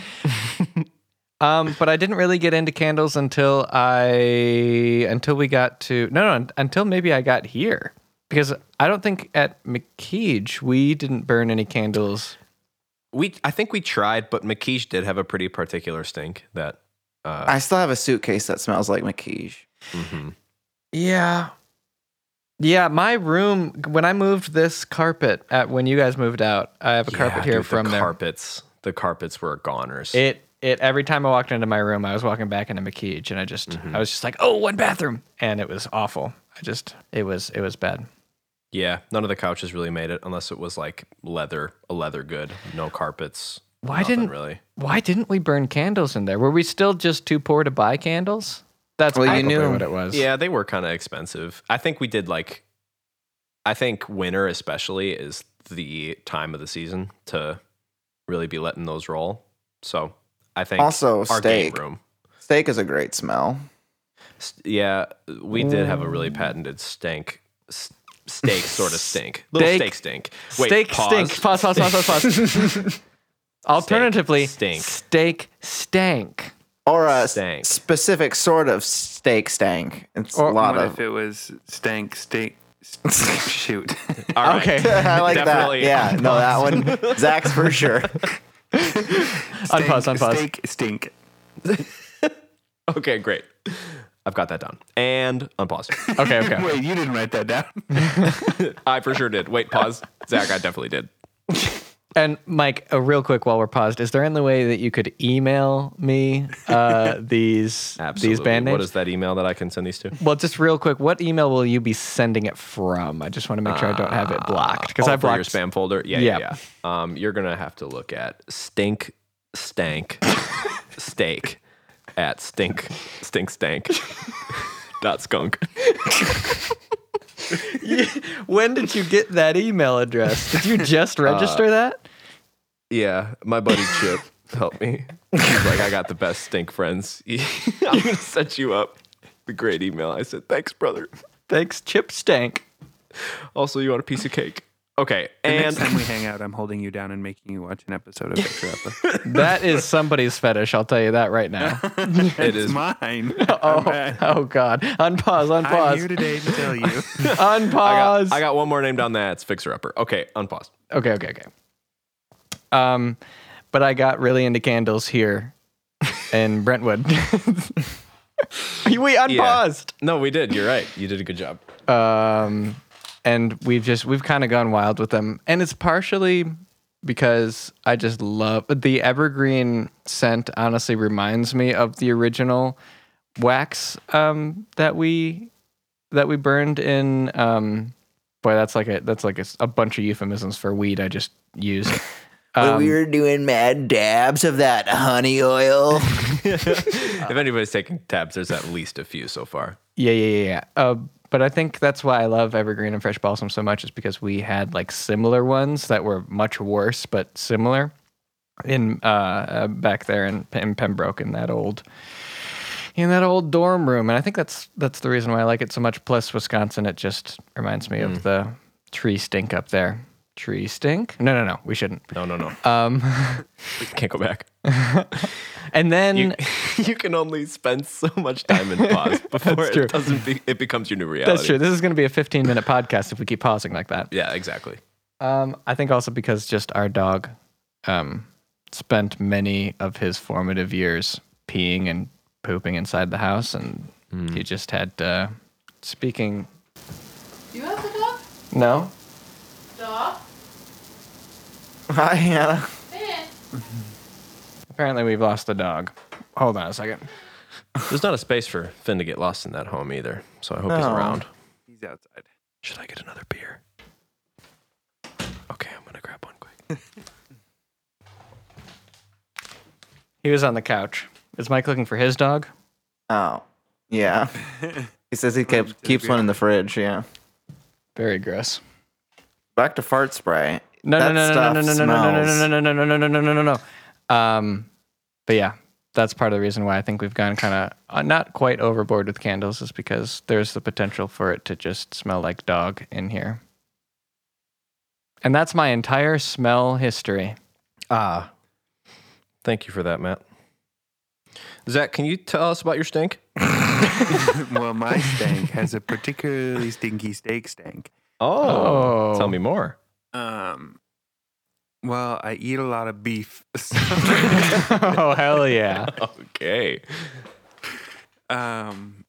Speaker 2: um, but I didn't really get into candles until I until we got to no no until maybe I got here because I don't think at McKeej we didn't burn any candles.
Speaker 1: We, I think we tried, but McKeesh did have a pretty particular stink that. Uh,
Speaker 3: I still have a suitcase that smells like McKeesh.
Speaker 1: mhm.
Speaker 2: Yeah. Yeah, my room when I moved this carpet at when you guys moved out, I have a
Speaker 1: Yeah,
Speaker 2: carpet here
Speaker 1: dude,
Speaker 2: from
Speaker 1: the
Speaker 2: there.
Speaker 1: carpets. The carpets were goners.
Speaker 2: It it every time I walked into my room, I was walking back into McKeej and I just I was just like, oh, one bathroom, and it was awful. I just it was it was bad.
Speaker 1: yeah, none of the couches really made it unless it was like leather, a leather good, no carpets.
Speaker 2: Why
Speaker 1: nothing
Speaker 2: didn't-
Speaker 1: really?
Speaker 2: Why didn't we burn candles in there? Were we still just too poor to buy candles? That's
Speaker 3: Well, you
Speaker 2: probably
Speaker 3: knew.
Speaker 2: what it was.
Speaker 1: Yeah, they were kind of expensive. I think we did like, I think winter especially is the time of the season to really be letting those roll. So I think
Speaker 3: Also,
Speaker 1: our game
Speaker 3: steak.
Speaker 1: room.
Speaker 3: Steak is a great smell.
Speaker 1: S- Yeah, we did have a
Speaker 2: Mm.
Speaker 1: really patented stink. s- Steak sort of stink. Little
Speaker 2: Steak-
Speaker 1: steak stink.
Speaker 2: steak stink. Pause. Pause. Pause. Pause. pause. Alternatively,
Speaker 1: stink.
Speaker 2: steak stank.
Speaker 3: Or a
Speaker 1: Stank.
Speaker 3: specific sort of steak stank. It's
Speaker 2: Or-
Speaker 3: a lot
Speaker 4: What
Speaker 3: of
Speaker 4: if it was stank, stank, stank shoot?
Speaker 1: All right.
Speaker 2: Okay.
Speaker 3: I like
Speaker 1: Definitely.
Speaker 3: that. Yeah, no, that one Zach's for sure.
Speaker 2: Unpause,
Speaker 4: Stank,
Speaker 2: unpause.
Speaker 4: Stink, stink.
Speaker 1: Okay, great. I've got that down. And unpause.
Speaker 2: Okay. Okay.
Speaker 4: Wait, you didn't write that down.
Speaker 1: I for sure did. Wait, pause. Zach, I definitely did.
Speaker 2: and Mike, uh, real quick while we're paused, is there any way that you could email me uh, these these band names?
Speaker 1: What is that email that I can send these to?
Speaker 2: Well, just real quick, what email will you be sending it from? I just want to make sure I don't have it blocked because
Speaker 1: Oh,
Speaker 2: I
Speaker 1: for your
Speaker 2: blocked.
Speaker 1: spam folder. Yeah, yeah,
Speaker 2: Yeah.
Speaker 1: yeah. Um, you're gonna have to look at stink, stank, steak at stink, stink, stank. dot skunk. Uh,
Speaker 2: when did you get that email address? Did you just register that?
Speaker 1: Yeah, my buddy Chip helped me. He's like, I got the best stink friends. I'm gonna set you up. The great email. I said, thanks, brother.
Speaker 2: Thanks, Chip Stank.
Speaker 1: Also, you want a piece of cake? Okay, and
Speaker 4: Next time we hang out, I'm holding you down and making you watch an episode of Victor Upper.
Speaker 2: That is somebody's fetish. I'll tell you that right now.
Speaker 1: Oh, it
Speaker 4: It's
Speaker 1: is
Speaker 4: mine.
Speaker 2: Oh,
Speaker 4: I'm back.
Speaker 2: oh God! Unpause.
Speaker 4: I'm
Speaker 2: Unpause.
Speaker 4: here today to tell you.
Speaker 1: I
Speaker 2: Unpause.
Speaker 1: got, I got one more name down there. It's Fixer Upper. Okay, unpause.
Speaker 2: Okay. Okay. Okay. Um, but I got really into candles here in Brentwood. we unpaused.
Speaker 1: No, we did. You're right. You did a good job.
Speaker 2: um, and we've just we've kind of gone wild with them and it's partially because i just love the evergreen scent honestly reminds me of the original wax um, that we that we burned in um, boy that's like a that's like a, s- a bunch of euphemisms for weed i just used
Speaker 3: When we were doing mad dabs of that honey oil.
Speaker 1: if anybody's taking tabs, there's at least a few so far.
Speaker 2: Yeah, yeah, yeah, yeah. Uh, but I think that's why I love Evergreen and Fresh Balsam so much is because we had like similar ones that were much worse but similar in uh, uh back there in, in Pembroke in that old in that old dorm room, and I think that's that's the reason why I like it so much. Plus, Wisconsin, it just reminds me
Speaker 1: Mm.
Speaker 2: of the tree stink up there. Tree stink? No, no, no. We shouldn't.
Speaker 1: No, no, no.
Speaker 2: Um,
Speaker 1: Can't go back.
Speaker 2: and then
Speaker 1: You, you can only spend so much time in pause before
Speaker 2: true.
Speaker 1: it doesn't be, it becomes your new reality.
Speaker 2: that's true. This is going to be a 15 minute podcast if we keep pausing like that.
Speaker 1: Yeah, exactly.
Speaker 2: Um, I think also because just our dog um, spent many of his formative years peeing and pooping inside the house, and he just had uh, speaking.
Speaker 7: You have the dog?
Speaker 2: No,
Speaker 7: Dog?
Speaker 3: Hi, Hannah.
Speaker 7: Hey.
Speaker 2: apparently we've lost the dog. Hold on a second.
Speaker 1: There's not a space for Finn to get lost in that home either. So I hope he's
Speaker 3: No.
Speaker 1: around.
Speaker 4: He's outside.
Speaker 1: Should I get another beer? Okay, I'm gonna grab one quick.
Speaker 2: He was on the couch. Is Mike looking for his dog?
Speaker 3: Oh, yeah. He says he kept, keeps one in the fridge. Yeah.
Speaker 2: Very gross.
Speaker 3: Back to fart spray.
Speaker 2: No, no,
Speaker 3: That
Speaker 2: no, no,
Speaker 3: stuff
Speaker 2: no, no, no, no,
Speaker 3: smells.
Speaker 2: no, no, no, no, no, no, no, no, no, no, no. Um, but yeah, that's part of the reason why I think we've gone kind of uh, not quite overboard with candles, is because there's the potential for it to just smell like dog in here. And that's my entire smell history.
Speaker 1: Ah, thank you for that, Matt. Zach, can you tell us about your stink?
Speaker 4: well, my stank has a particularly stinky steak stank.
Speaker 2: Oh.
Speaker 1: tell me more.
Speaker 4: Um, well, I eat a lot of beef. so,
Speaker 2: oh hell yeah!
Speaker 1: Okay.
Speaker 4: um,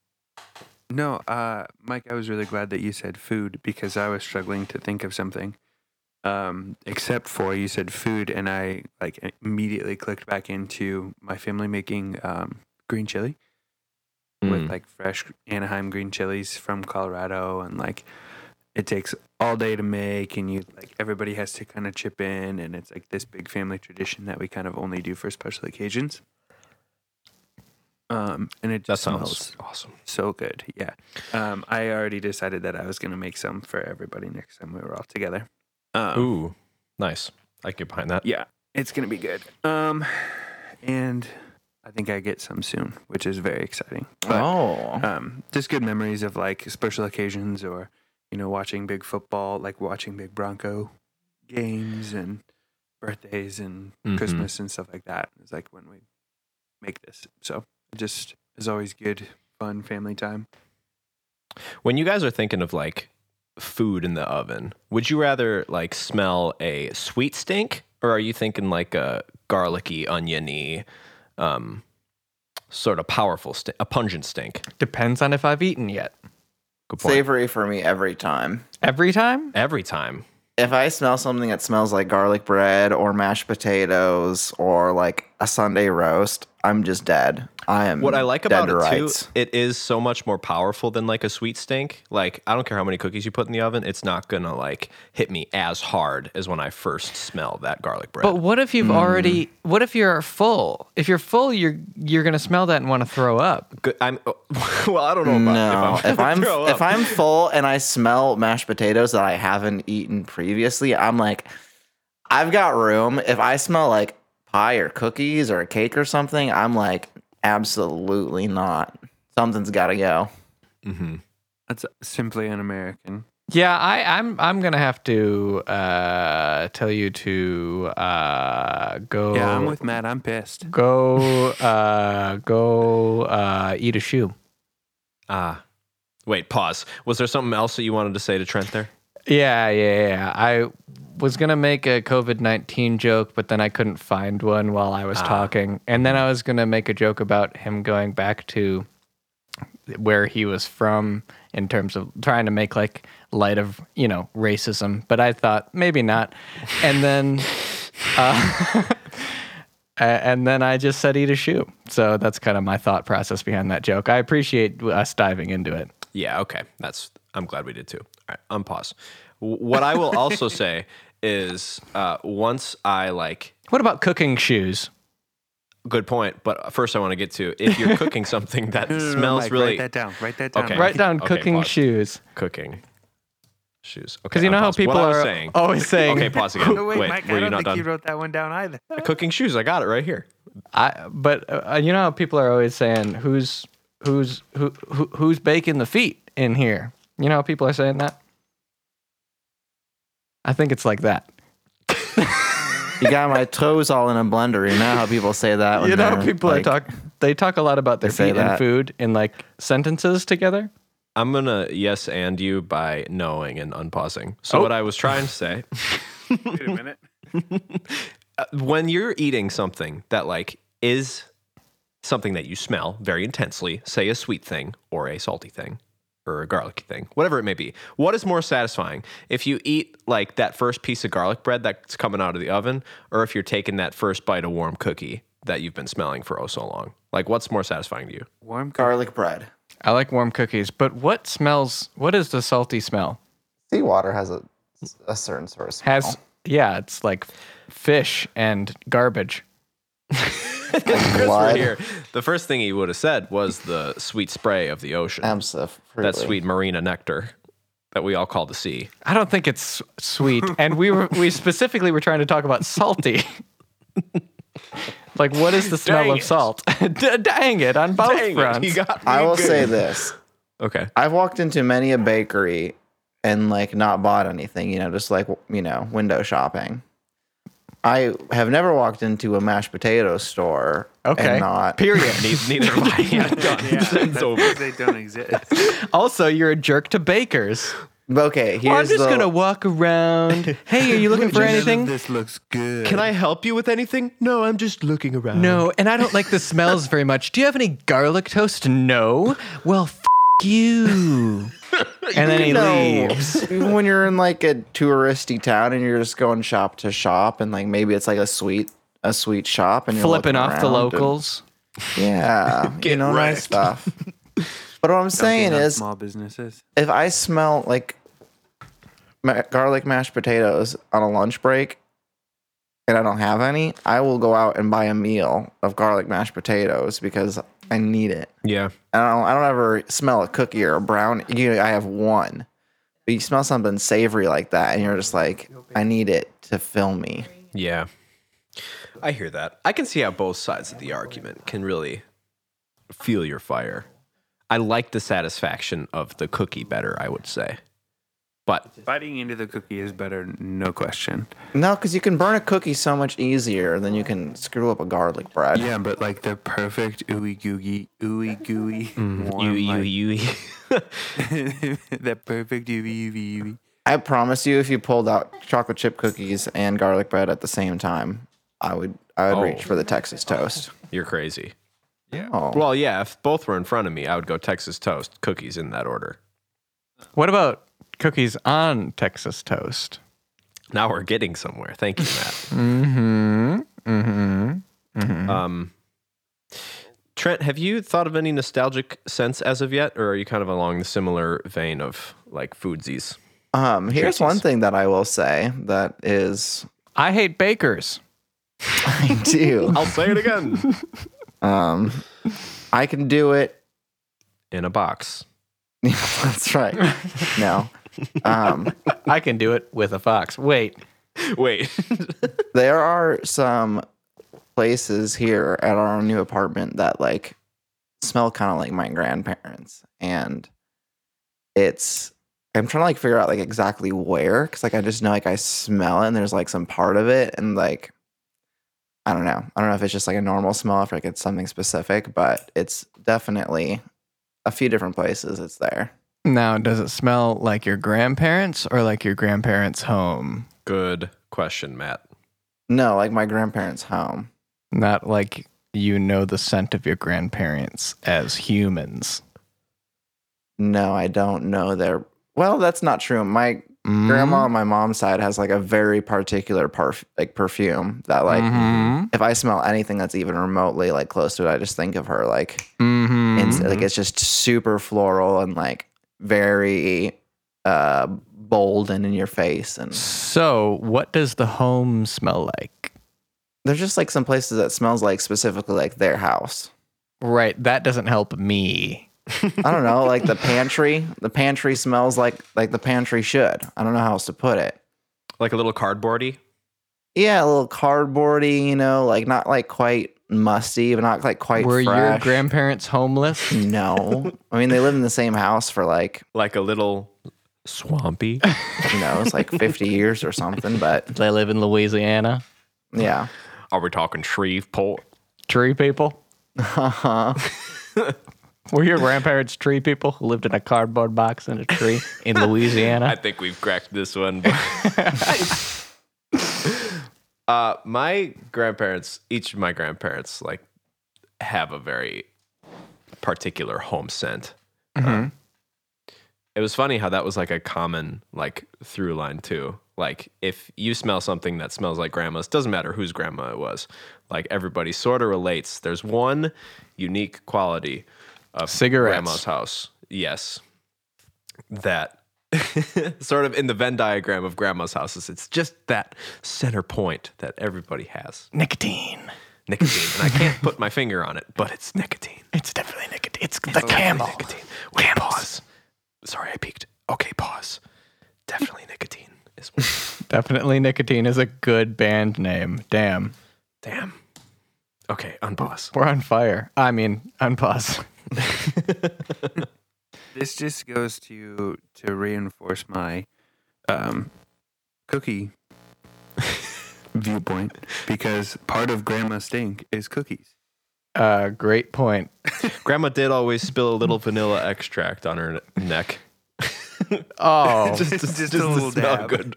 Speaker 4: no, uh, Mike, I was really glad that you said food because I was struggling to think of something. Um, except for you said food, and I like immediately clicked back into my family making um, green chili.
Speaker 1: Mm.
Speaker 4: with like fresh Anaheim green chilies from Colorado and like it takes all day to make and you like everybody has to kind of chip in and it's like this big family tradition that we kind of only do for special occasions. Um and it
Speaker 1: that
Speaker 4: just
Speaker 1: sounds
Speaker 4: smells
Speaker 1: awesome.
Speaker 4: so good. Yeah. Um I already decided that I was going to make some for everybody next time we were all together. Um
Speaker 1: Ooh, nice. I can get behind that.
Speaker 4: yeah, it's gonna be good. Um, and I think I get some soon, which is very exciting. oh,
Speaker 1: uh,
Speaker 4: um, just good memories of like special occasions or you know watching big football, like watching big Bronco games and birthdays and
Speaker 1: Mhm.
Speaker 4: Christmas and stuff like that. It's like when we make this. So it just is always good, fun family time.
Speaker 1: When you guys are thinking of like food in the oven, would you rather like smell a sweet stink or are you thinking like a garlicky, oniony, um, sort of powerful, st- a pungent stink?
Speaker 2: Depends on if I've eaten yet.
Speaker 1: Good point.
Speaker 3: Savory for me every time.
Speaker 2: Every time.
Speaker 1: Every time.
Speaker 3: If I smell something that smells like garlic bread or mashed potatoes or like a Sunday roast, I'm just dead. I am
Speaker 1: What I like
Speaker 3: Mm, dead
Speaker 1: about
Speaker 3: to
Speaker 1: it
Speaker 3: rights.
Speaker 1: too, it is so much more powerful than like a sweet stink. Like I don't care how many cookies you put in the oven, it's not gonna like hit me as hard as when I first smell that garlic bread.
Speaker 2: But what if you've already? What if you're full? If you're full, you're you're gonna smell that and want to throw up.
Speaker 1: Good- I'm well, I don't know
Speaker 3: No,
Speaker 1: about
Speaker 3: if I'm if
Speaker 1: throw
Speaker 3: I'm,
Speaker 1: up.
Speaker 3: full and I smell mashed potatoes that I haven't eaten previously, I'm like, I've got room. If I smell like pie or cookies or a cake or something, I'm like, absolutely not. Something's got to go.
Speaker 1: Mm-hmm.
Speaker 4: That's simply un-American.
Speaker 2: Yeah, I, I'm I'm gonna have to uh, tell you to uh, go
Speaker 4: Yeah, I'm
Speaker 1: Oh.
Speaker 4: with Matt. I'm pissed.
Speaker 2: go uh, go uh, eat a shoe.
Speaker 1: Ah. Wait, pause. Was there something else that you wanted to say to Trent there?
Speaker 2: Yeah, yeah, yeah. I was gonna make a COVID nineteen joke, but then I couldn't find one while I
Speaker 1: Ah.
Speaker 2: was talking, and then I was gonna make a joke about him going back to where he was from in terms of trying to make like light of you know racism, but I thought maybe not, and then. Uh, a- And then I just said eat a shoe. So that's kind of my thought process behind that joke. I appreciate us diving into it.
Speaker 1: Yeah, okay. That's I'm glad we did too. All right, unpause. W- What I will also say is uh, once I like
Speaker 2: What about cooking shoes?
Speaker 1: good point, but first I want to get to if you're cooking something that
Speaker 4: No, no, no, no,
Speaker 1: smells
Speaker 4: Mike,
Speaker 1: really
Speaker 4: Write that down. Write that down.
Speaker 1: Okay.
Speaker 4: Mike.
Speaker 2: Write down
Speaker 1: Okay,
Speaker 2: cooking
Speaker 1: pause.
Speaker 2: shoes.
Speaker 1: cooking shoes. Okay,
Speaker 2: Because you know
Speaker 1: unpause.
Speaker 2: how
Speaker 1: What
Speaker 2: people
Speaker 1: I was
Speaker 2: are
Speaker 1: saying.
Speaker 2: always saying,
Speaker 1: Okay, pause again.
Speaker 4: No, wait,
Speaker 1: wait,
Speaker 4: Mike,
Speaker 1: were
Speaker 4: I
Speaker 1: you
Speaker 4: don't
Speaker 1: not
Speaker 4: think
Speaker 1: done?
Speaker 4: you wrote that one down either.
Speaker 1: Cooking shoes. I got it right here.
Speaker 2: I, but uh, you know how people are always saying, who's who's who, who who's baking the feet in here? You know how people are saying that. I think it's like that.
Speaker 3: You got my toes all in a blender. You know how people say that. When
Speaker 2: you know,
Speaker 3: they're,
Speaker 2: how people
Speaker 3: like,
Speaker 2: are talk. They talk a lot about their
Speaker 3: They say
Speaker 2: feet and
Speaker 3: that.
Speaker 2: food in like sentences together.
Speaker 1: I'm gonna yes and you by knowing and unpausing. So
Speaker 2: Oh.
Speaker 1: what I was trying to say,
Speaker 4: Wait a minute.
Speaker 1: uh, when you're eating something that like is something that you smell very intensely, say a sweet thing or a salty thing or a garlicky thing, whatever it may be, what is more satisfying? If you eat like that first piece of garlic bread that's coming out of the oven, or if you're taking that first bite of warm cookie that you've been smelling for oh so long? Like what's more satisfying to you?
Speaker 4: Warm cookie.
Speaker 3: garlic bread.
Speaker 2: I like warm cookies, but what smells? What is the salty smell?
Speaker 3: Seawater has a, a certain sort of smell.
Speaker 2: Has yeah, it's like fish and garbage.
Speaker 1: Chris were
Speaker 3: Blood.
Speaker 1: here, the first thing he would have said was the sweet spray of the ocean.
Speaker 3: Absolutely.
Speaker 1: that sweet marina nectar that we all call the sea.
Speaker 2: I don't think it's s- sweet. And we were we specifically were trying to talk about salty. like what is the smell
Speaker 1: Dang
Speaker 2: of
Speaker 1: it.
Speaker 2: salt? D- dang it on both
Speaker 1: Dang it,
Speaker 2: fronts.
Speaker 1: you got me
Speaker 3: I will
Speaker 1: good.
Speaker 3: say this.
Speaker 1: Okay.
Speaker 3: I've walked into many a bakery and like not bought anything, you know, just like, you know, window shopping. I have never walked into a mashed potato store
Speaker 2: okay.
Speaker 3: and not
Speaker 2: Period.
Speaker 1: Neither, neither am I. Yeah, done. It's over.
Speaker 4: They don't exist.
Speaker 2: also, you're a jerk to bakers.
Speaker 3: Okay, here's
Speaker 2: Well, I'm just
Speaker 3: the,
Speaker 2: gonna walk around. Hey, are you looking for
Speaker 4: None of
Speaker 2: anything?
Speaker 4: This looks good.
Speaker 1: Can I help you with anything? No, I'm just looking around.
Speaker 2: No, and I don't like the smells very much. Do you have any garlic toast? No. Well, f- you. And then he
Speaker 3: No.
Speaker 2: leaves.
Speaker 3: when you're in like a touristy town and you're just going shop to shop and like maybe it's like a sweet a sweet shop and you're
Speaker 2: Flipping
Speaker 3: looking
Speaker 2: off the
Speaker 3: around and-
Speaker 2: locals.
Speaker 3: yeah, you know nice stuff. But what I'm saying
Speaker 4: Dunking on
Speaker 3: is,
Speaker 4: small businesses.
Speaker 3: if I smell like ma- garlic mashed potatoes on a lunch break and I don't have any, I will go out and buy a meal of garlic mashed potatoes because I need it.
Speaker 1: Yeah.
Speaker 3: I don't, I don't ever smell a cookie or a brown. You know, I have one. But you smell something savory like that and you're just like, I need it to fill me.
Speaker 1: Yeah. I hear that. I can see how both sides of the argument can really feel your fire. I like the satisfaction of the cookie better, I would say. But
Speaker 4: Biting into the cookie is better, no question.
Speaker 3: No, because you can burn a cookie so much easier than you can screw up a garlic bread.
Speaker 4: Yeah, but like the perfect ooey gooey, ooey gooey, warm,
Speaker 1: you, you.
Speaker 4: like- that perfect ooey ooey ooey.
Speaker 3: I promise you, if you pulled out chocolate chip cookies and garlic bread at the same time, I would I would
Speaker 1: Oh.
Speaker 3: reach for the Texas toast.
Speaker 1: You're crazy.
Speaker 3: Oh,
Speaker 1: Well, yeah, if both were in front of me, I would go Texas toast, cookies in that order.
Speaker 2: What about cookies on Texas toast?
Speaker 1: Now we're getting somewhere. Thank you, Matt.
Speaker 2: Mm-hmm. Mm-hmm.
Speaker 1: um, Trent, have you thought of any nostalgic sense as of yet, or are you kind of along the similar vein of like foodsies?
Speaker 3: um, here's one
Speaker 1: Treats.
Speaker 3: thing that I will say that is
Speaker 2: I hate bakers.
Speaker 3: I do.
Speaker 1: I'll say it again.
Speaker 3: um, I can do it.
Speaker 1: in a box.
Speaker 3: That's right. No. Um,
Speaker 2: I can do it with a fox. Wait,
Speaker 1: Wait.
Speaker 3: There are some places here at our new apartment that like smell kind of like my grandparents, and it's I'm trying to like figure out like exactly where because like I just know like I smell it and there's like some part of it and like I don't know I don't know if it's just like a normal smell if like it's something specific, but it's definitely a few different places it's there.
Speaker 2: Now, does it smell like your grandparents or like your grandparents' home?
Speaker 1: Good question, Matt.
Speaker 3: No, like my grandparents' home.
Speaker 2: Not like you know the scent of your grandparents as humans.
Speaker 3: No, I don't know their. Well, that's not true. My
Speaker 2: Mm.
Speaker 3: grandma on my mom's side has like a very particular parf- like perfume that like
Speaker 2: Mhm.
Speaker 3: if I smell anything that's even remotely like close to it, I just think of her like
Speaker 2: Mhm.
Speaker 3: and like it's just super floral and like very uh bold and in your face and
Speaker 2: So, what does the home smell like?
Speaker 3: there's just like some places that smells like specifically like their house.
Speaker 2: Right, that doesn't help me.
Speaker 3: I don't know, like the pantry. The pantry smells like like the pantry should. I don't know how else to put it.
Speaker 1: Like a little cardboardy.
Speaker 3: Yeah, a little cardboardy, you know, like not like quite musty, but not like quite
Speaker 2: Were your
Speaker 3: fresh.
Speaker 2: grandparents homeless?
Speaker 3: No. I mean, they lived in the same house for like,
Speaker 1: Like a little swampy.
Speaker 3: you know, it's like 50 years or something, but
Speaker 2: Do they live in Louisiana?
Speaker 3: yeah.
Speaker 1: Are we talking Shreveport?
Speaker 2: Tree people?
Speaker 3: Uh-huh.
Speaker 2: Were your grandparents tree people who lived in a cardboard box in a tree in
Speaker 1: I
Speaker 2: Louisiana?
Speaker 1: think we've cracked this one. uh, my grandparents, each of my grandparents, like have a very particular home scent.
Speaker 2: Mm-hmm.
Speaker 1: Um, it was funny how that was like a common like through line too. Like if you smell something that smells like grandma's, doesn't matter whose grandma it was. Like everybody sort of relates. There's one unique quality of
Speaker 2: Cigarettes.
Speaker 1: grandma's house. Yes, that sort of in the Venn diagram of grandma's houses. It's just that center point that everybody has
Speaker 2: Nicotine.
Speaker 1: nicotine. and I can't put my finger on it, but it's nicotine.
Speaker 2: It's definitely nicotine. It's the camel.
Speaker 1: Nicotine. Wait, pause. Sorry, I peeked. Okay, pause. Definitely nicotine. Is
Speaker 2: Definitely nicotine is a good band name. Damn.
Speaker 1: damn. Okay, unpause.
Speaker 2: We're on fire. I mean, unpause.
Speaker 4: This just goes to to reinforce my um, cookie viewpoint because part of grandma stink is cookies.
Speaker 2: Uh, great point.
Speaker 1: Grandma did always spill a little vanilla extract on her neck.
Speaker 2: Oh,
Speaker 4: Just a
Speaker 1: to
Speaker 4: little
Speaker 1: smell
Speaker 4: dab.
Speaker 1: good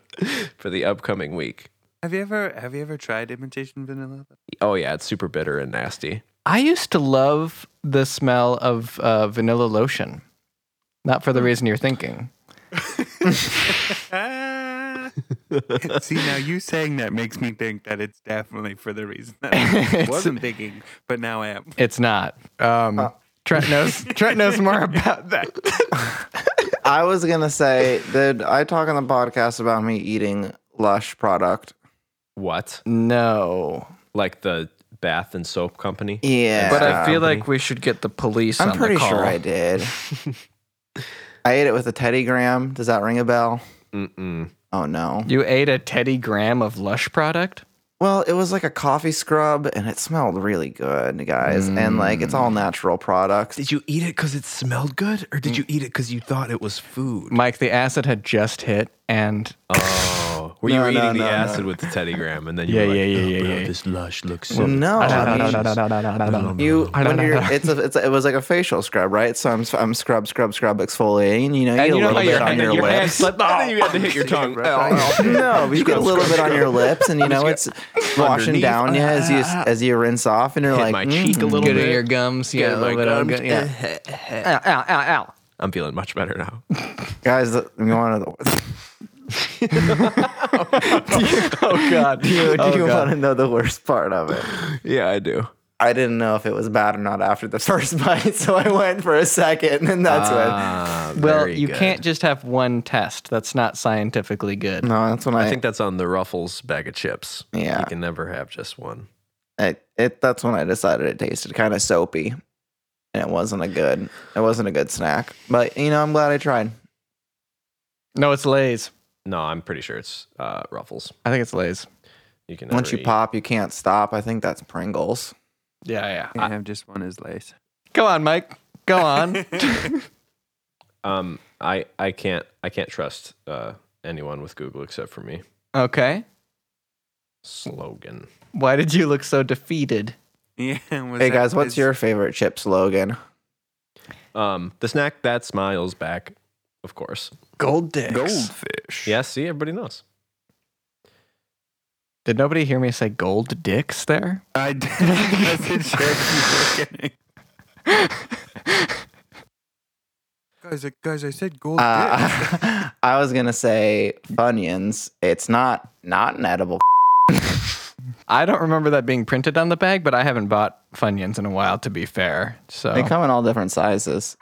Speaker 1: for the upcoming week.
Speaker 4: Have you ever have you ever tried imitation vanilla?
Speaker 1: Oh yeah, it's super bitter and nasty.
Speaker 2: I used to love the smell of uh, vanilla lotion. Not for the reason you're thinking.
Speaker 4: Ah. See now you saying that makes me think that it's definitely for the reason that I
Speaker 2: It's-
Speaker 4: wasn't thinking, but now I am.
Speaker 2: It's not. Um, Trent knows. Trent knows more about that.
Speaker 3: I was going to say, did I talk on the podcast about me eating Lush product?
Speaker 1: What?
Speaker 2: No,
Speaker 1: Like the bath and soap company?
Speaker 2: E-
Speaker 3: Yeah.
Speaker 2: but I feel like we should get the police.
Speaker 3: Um, I'm
Speaker 2: on
Speaker 3: pretty
Speaker 2: the call.
Speaker 3: sure I did. I ate it with a Teddy Graham. Does that ring a bell?
Speaker 1: Mm-mm.
Speaker 3: Oh, no.
Speaker 2: You ate a Teddy Graham of Lush product.
Speaker 3: Well, it was like a coffee scrub and it smelled really good, guys. And like it's all natural products.
Speaker 1: Did you eat it because it smelled good, or
Speaker 8: Mm.
Speaker 1: did you eat it because you thought it was food?
Speaker 2: Mike, the acid had just hit, and
Speaker 1: Oh, were you
Speaker 3: No,
Speaker 1: eating
Speaker 3: no,
Speaker 1: the
Speaker 3: no, no.
Speaker 1: acid with the Teddy Graham, and then you
Speaker 2: Yeah,
Speaker 1: were
Speaker 2: yeah,
Speaker 1: like,
Speaker 2: yeah,
Speaker 1: "Oh,
Speaker 2: yeah,
Speaker 1: bro,
Speaker 2: yeah.
Speaker 1: this lush looks so
Speaker 3: no, I mean,
Speaker 8: um,
Speaker 3: you
Speaker 2: I don't
Speaker 3: when you're,
Speaker 2: know.
Speaker 3: it's a it's a, it was like a facial scrub, right? So I'm I'm scrub scrub scrub exfoliating. You know, you get a little
Speaker 1: how
Speaker 3: bit on your, Oh. lips.
Speaker 1: slipped off. And then you had to hit your tongue.
Speaker 3: no, but you get a little bit on your lips, and you know it's washing
Speaker 1: Underneath.
Speaker 3: down you as you as you rinse off, and you're
Speaker 1: Hit
Speaker 3: like
Speaker 1: my cheek a
Speaker 3: "Mm,
Speaker 1: little
Speaker 2: Get
Speaker 1: bit.
Speaker 2: in your gums. Yeah,
Speaker 1: Get
Speaker 2: a
Speaker 1: my
Speaker 2: little bit on
Speaker 1: gums.
Speaker 2: gum. Yeah. ow, ow, ow, ow.
Speaker 1: I'm feeling much better now.
Speaker 3: guys. You want to
Speaker 2: Oh God.
Speaker 3: do
Speaker 2: Oh,
Speaker 3: you
Speaker 2: God.
Speaker 3: want to know the worst part of it?
Speaker 1: yeah, I do.
Speaker 3: I didn't know if it was bad or not after the first bite, so I went for a second, and that's
Speaker 2: Well, you can't just have one test. That's not scientifically good.
Speaker 3: when. No, that's when I,
Speaker 1: I think that's on the Ruffles bag of chips.
Speaker 3: Yeah.
Speaker 1: you can never have just one.
Speaker 3: I, it, that's when I decided it tasted kind of soapy, and it wasn't a good. It wasn't a good snack, but you know, I'm glad I tried.
Speaker 2: No, it's Lay's.
Speaker 1: No, I'm pretty sure it's uh, Ruffles.
Speaker 2: I think it's Lay's.
Speaker 1: You can
Speaker 3: Once you
Speaker 1: never eat-
Speaker 3: pop, you can't stop. I think that's Pringles.
Speaker 2: Yeah, yeah.
Speaker 4: I have just one as lace.
Speaker 2: Go on, Mike. Go on.
Speaker 1: Um, I I can't I can't trust uh, anyone with Google except for me.
Speaker 2: okay.
Speaker 1: Slogan.
Speaker 2: Why did you look so defeated?
Speaker 4: Yeah. was
Speaker 3: Hey
Speaker 4: that
Speaker 3: guys, what's
Speaker 4: his-
Speaker 3: your favorite chip slogan?
Speaker 1: Um, the snack that smiles back, of course.
Speaker 2: Gold dicks.
Speaker 4: goldfish?
Speaker 1: Yeah, see, everybody knows.
Speaker 2: Did nobody hear me say gold dicks there?
Speaker 4: I did. I wasn't sure if you were kidding. Guys, I- guys, I said goldfish.
Speaker 3: Uh, I was gonna say Funyuns. It's not not an edible.
Speaker 2: I don't remember that being printed on the bag, but I haven't bought Funyuns in a while, to be fair. So
Speaker 3: They come in all different sizes.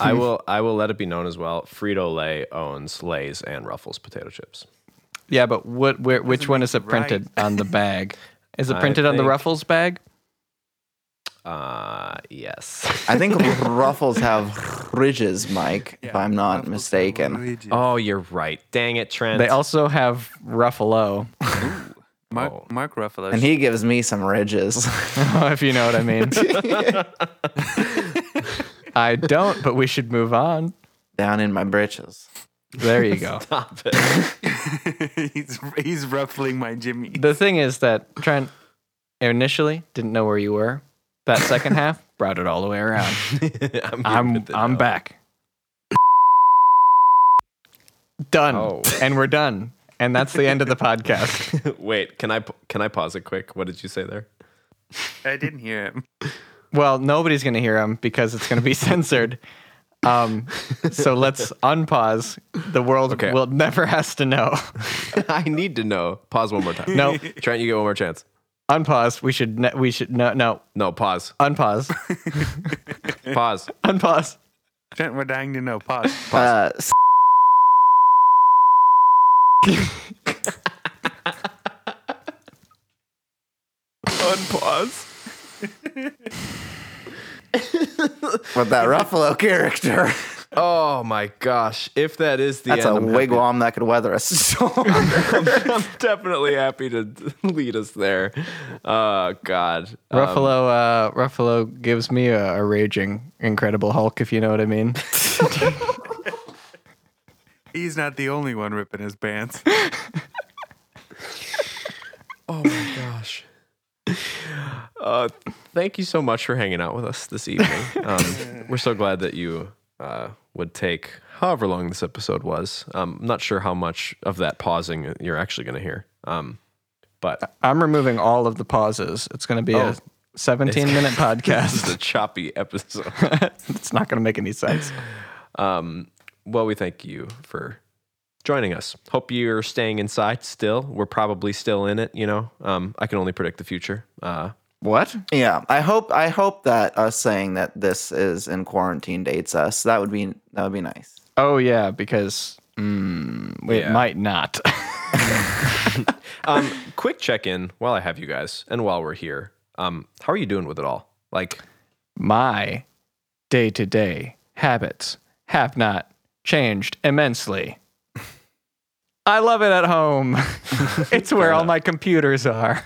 Speaker 1: I will I will let it be known as well. Frito Lay owns Lay's and Ruffles potato chips.
Speaker 2: yeah, but what? Where, which one is it
Speaker 4: make it right.
Speaker 2: printed on the bag? Is it
Speaker 1: I
Speaker 2: printed on the
Speaker 1: think-
Speaker 2: Ruffles bag?
Speaker 1: Uh yes.
Speaker 3: I think Ruffles have ridges, Mike. if
Speaker 4: Yeah,
Speaker 3: I'm not
Speaker 4: Ruffles
Speaker 3: mistaken.
Speaker 4: Luigi.
Speaker 1: oh, you're right. Dang it, Trent.
Speaker 2: They also have Ruffalo,
Speaker 4: Mark,
Speaker 1: Oh.
Speaker 4: Mark Ruffalo.
Speaker 3: And he gives me some ridges.
Speaker 2: if you know what I mean. I don't, but we should move on.
Speaker 3: down in my britches.
Speaker 2: There you go.
Speaker 1: Stop it.
Speaker 4: he's he's ruffling my Jimmy.
Speaker 2: The thing is that Trent initially didn't know where you were. That second half brought it all the way around.
Speaker 1: I'm,
Speaker 2: I'm I'm back. done.
Speaker 1: Oh.
Speaker 2: And we're done. And that's the end of the podcast.
Speaker 1: Wait, can I p- can I pause it quick? What did you say there?
Speaker 4: I didn't hear him.
Speaker 2: Well, nobody's going to hear him because it's going to be censored. Um, so let's unpause. The world
Speaker 1: Okay.
Speaker 2: will never has to know.
Speaker 1: I need to know. Pause one more time.
Speaker 2: No,
Speaker 1: Trent, you get one more chance.
Speaker 2: unpause. We should ne- we should no no
Speaker 1: No, pause.
Speaker 2: unpause.
Speaker 1: Pause.
Speaker 2: Unpause.
Speaker 4: Trent, we're dying to know. Pause.
Speaker 3: Uh, s-
Speaker 1: Unpause.
Speaker 3: with that Ruffalo character,
Speaker 1: Oh my gosh. If that is the
Speaker 3: that's
Speaker 1: end,
Speaker 3: a
Speaker 1: I'm happy-
Speaker 3: wigwam that could weather a storm.
Speaker 1: I'm definitely happy to lead us there. Oh God. Um,
Speaker 2: Ruffalo uh, Ruffalo gives me a, a raging incredible Hulk if you know what I mean.
Speaker 4: He's not the only one ripping his pants.
Speaker 1: oh my gosh. Uh, thank you so much for hanging out with us this evening. Um, we're so glad that you uh, would take however long this episode was. Um, I'm not sure how much of that pausing you're actually going to hear. Um, but
Speaker 2: I'm removing all of the pauses. It's going to be
Speaker 1: Oh.
Speaker 2: a 17 minute
Speaker 1: this is
Speaker 2: podcast.
Speaker 1: a choppy episode.
Speaker 2: it's not going to make any sense.
Speaker 1: Um, well, we thank you for joining us. Hope you're staying inside still. We're probably still in it, you know. Um, I can only predict the future. Uh,
Speaker 2: What?
Speaker 3: yeah, I hope I hope that us saying that this is in quarantine dates us. That would be that would be nice.
Speaker 2: Oh yeah, because mm, it
Speaker 1: Yeah.
Speaker 2: might not.
Speaker 1: um, quick check in while I have you guys and while we're here. Um, how are you doing with it all? Like,
Speaker 2: My day to day habits have not changed immensely. I love it at home. it's where all my computers are.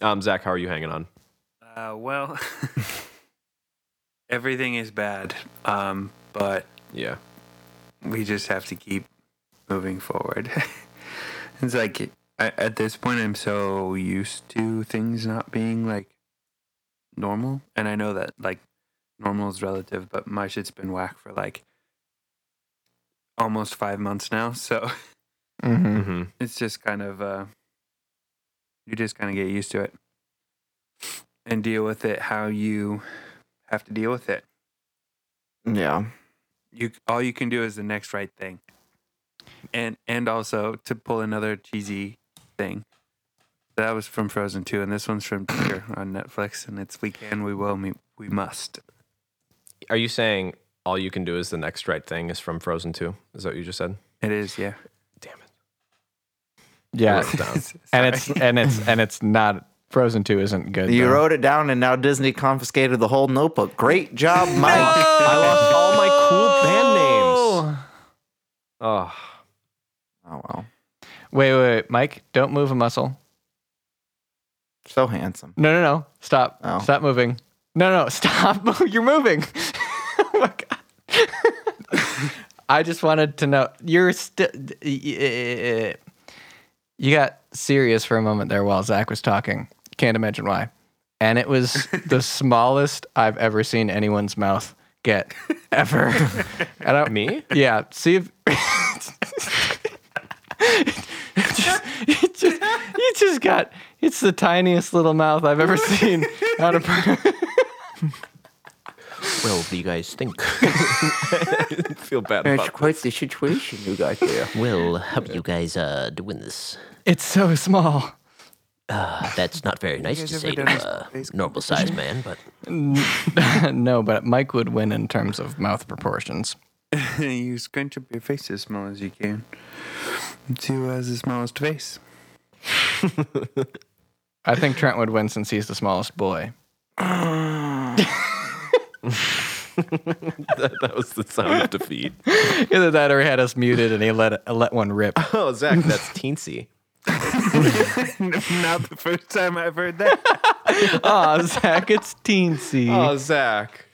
Speaker 1: um, Zach, how are you hanging on?
Speaker 4: Uh, well, everything is bad, um, but
Speaker 1: Yeah.
Speaker 4: we just have to keep moving forward. it's like I, at this point, I'm so used to things not being like normal, and I know that like normal is relative, but my shit's been whack for like almost five months now, so
Speaker 2: Mm-hmm.
Speaker 1: Mm-hmm.
Speaker 4: it's just kind of uh, you just kind of get used to it and deal with it how you have to deal with it.
Speaker 3: Yeah,
Speaker 4: you all you can do is the next right thing and and also to pull another cheesy thing that was from frozen 2 and this one's from Peter on netflix and it's we can we will we, we must
Speaker 1: Are you saying all you can do is the next right thing is from Frozen Two? Is that what you just said?
Speaker 4: it is yeah
Speaker 1: Damn it.
Speaker 2: Yeah,
Speaker 1: Wrote it down.
Speaker 2: and it's and it's and it's not Frozen Two isn't good.
Speaker 3: you
Speaker 2: though.
Speaker 3: wrote it down, and now Disney confiscated the whole notebook. Great job, Mike. Oh,
Speaker 1: I lost all my cool band names. Oh,
Speaker 3: Oh well,
Speaker 2: Wait, wait, wait, Mike, don't move a muscle.
Speaker 3: so handsome.
Speaker 2: No, no, no. Stop.
Speaker 3: Oh.
Speaker 2: Stop moving. No, no, stop. You're moving. oh my god. I just wanted to know. You're still. You got serious for a moment there while Zach was talking. Can't imagine why. And it was the smallest I've ever seen anyone's mouth get ever. And I,
Speaker 1: me?
Speaker 2: yeah. See if. Just- it just- you just got. It's the tiniest little mouth I've ever seen out of.
Speaker 8: Well, what do you guys think?
Speaker 1: feel bad about
Speaker 4: quite the situation you got there.
Speaker 8: well, how are you guys uh, doing this?
Speaker 2: It's so small.
Speaker 8: Uh, that's not very nice
Speaker 4: guys
Speaker 8: to
Speaker 4: ever
Speaker 8: say to
Speaker 4: done this
Speaker 8: a
Speaker 4: space
Speaker 8: normal sized man, but
Speaker 2: no, but Mike would win in terms of mouth proportions.
Speaker 4: you scrunch up your face as small as you can. See who has the smallest face.
Speaker 1: Ah.
Speaker 2: I think Trent would win since he's the smallest boy.
Speaker 1: that. That was the sound of defeat.
Speaker 2: Either that or he had us muted and he let let one rip.
Speaker 1: Oh, Zach, that's teensy.
Speaker 4: Not the first time I've heard that.
Speaker 2: Aw, Zach, it's teensy.
Speaker 1: Oh, Zach.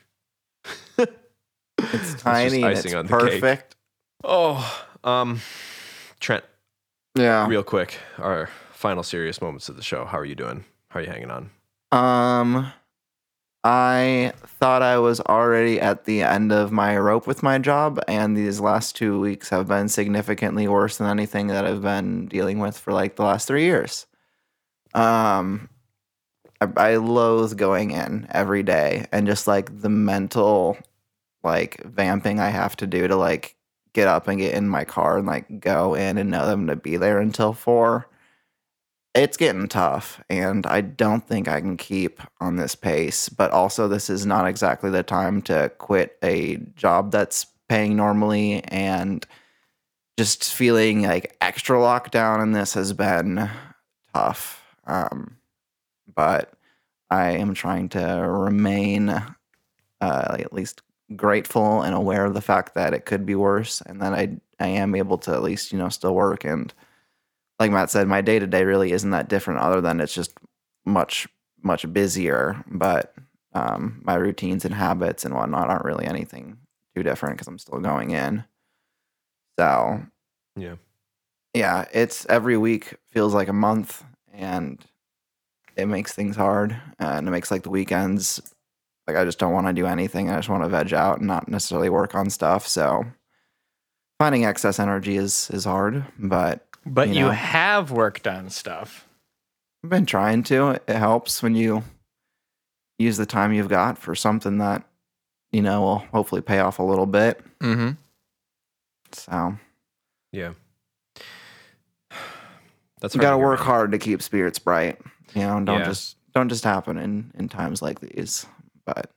Speaker 3: It's tiny. and
Speaker 1: icing
Speaker 3: it's
Speaker 1: on the cake.
Speaker 3: perfect.
Speaker 1: Oh, um, Trent,
Speaker 3: Yeah.
Speaker 1: real quick, our final serious moments of the show. How are you doing? How are you hanging on?
Speaker 3: Um, I thought I was already at the end of my rope with my job, and these last two weeks have been significantly worse than anything that I've been dealing with for like the last three years. Um, I, I loathe going in every day and just like the mental, like vamping I have to do to like get up and get in my car and like go in and know them to be there until four it's getting tough and i don't think i can keep on this pace but also this is not exactly the time to quit a job that's paying normally and just feeling like extra lockdown in this has been tough um, but i am trying to remain uh, at least grateful and aware of the fact that it could be worse and that i i am able to at least you know still work and like Matt said, my day to day really isn't that different, other than it's just much much busier. But um, my routines and habits and whatnot aren't really anything too different because I'm still going in. So
Speaker 1: Yeah.
Speaker 3: yeah, it's every week feels like a month, and it makes things hard, and it makes like the weekends like I just don't want to do anything. I just want to veg out and not necessarily work on stuff. So finding excess energy is is hard, but
Speaker 2: but
Speaker 3: you
Speaker 2: you,
Speaker 3: know.
Speaker 2: have worked on stuff.
Speaker 3: I've been trying to. It helps when you use the time you've got for something that, you know, will hopefully pay off a little bit.
Speaker 2: Mm-hmm.
Speaker 3: So
Speaker 1: Yeah. That's
Speaker 3: you
Speaker 1: hard to
Speaker 3: gotta
Speaker 1: hear,
Speaker 3: work
Speaker 1: man.
Speaker 3: hard to keep spirits bright. You know, and don't
Speaker 1: Yeah.
Speaker 3: just don't just happen in in times like these. But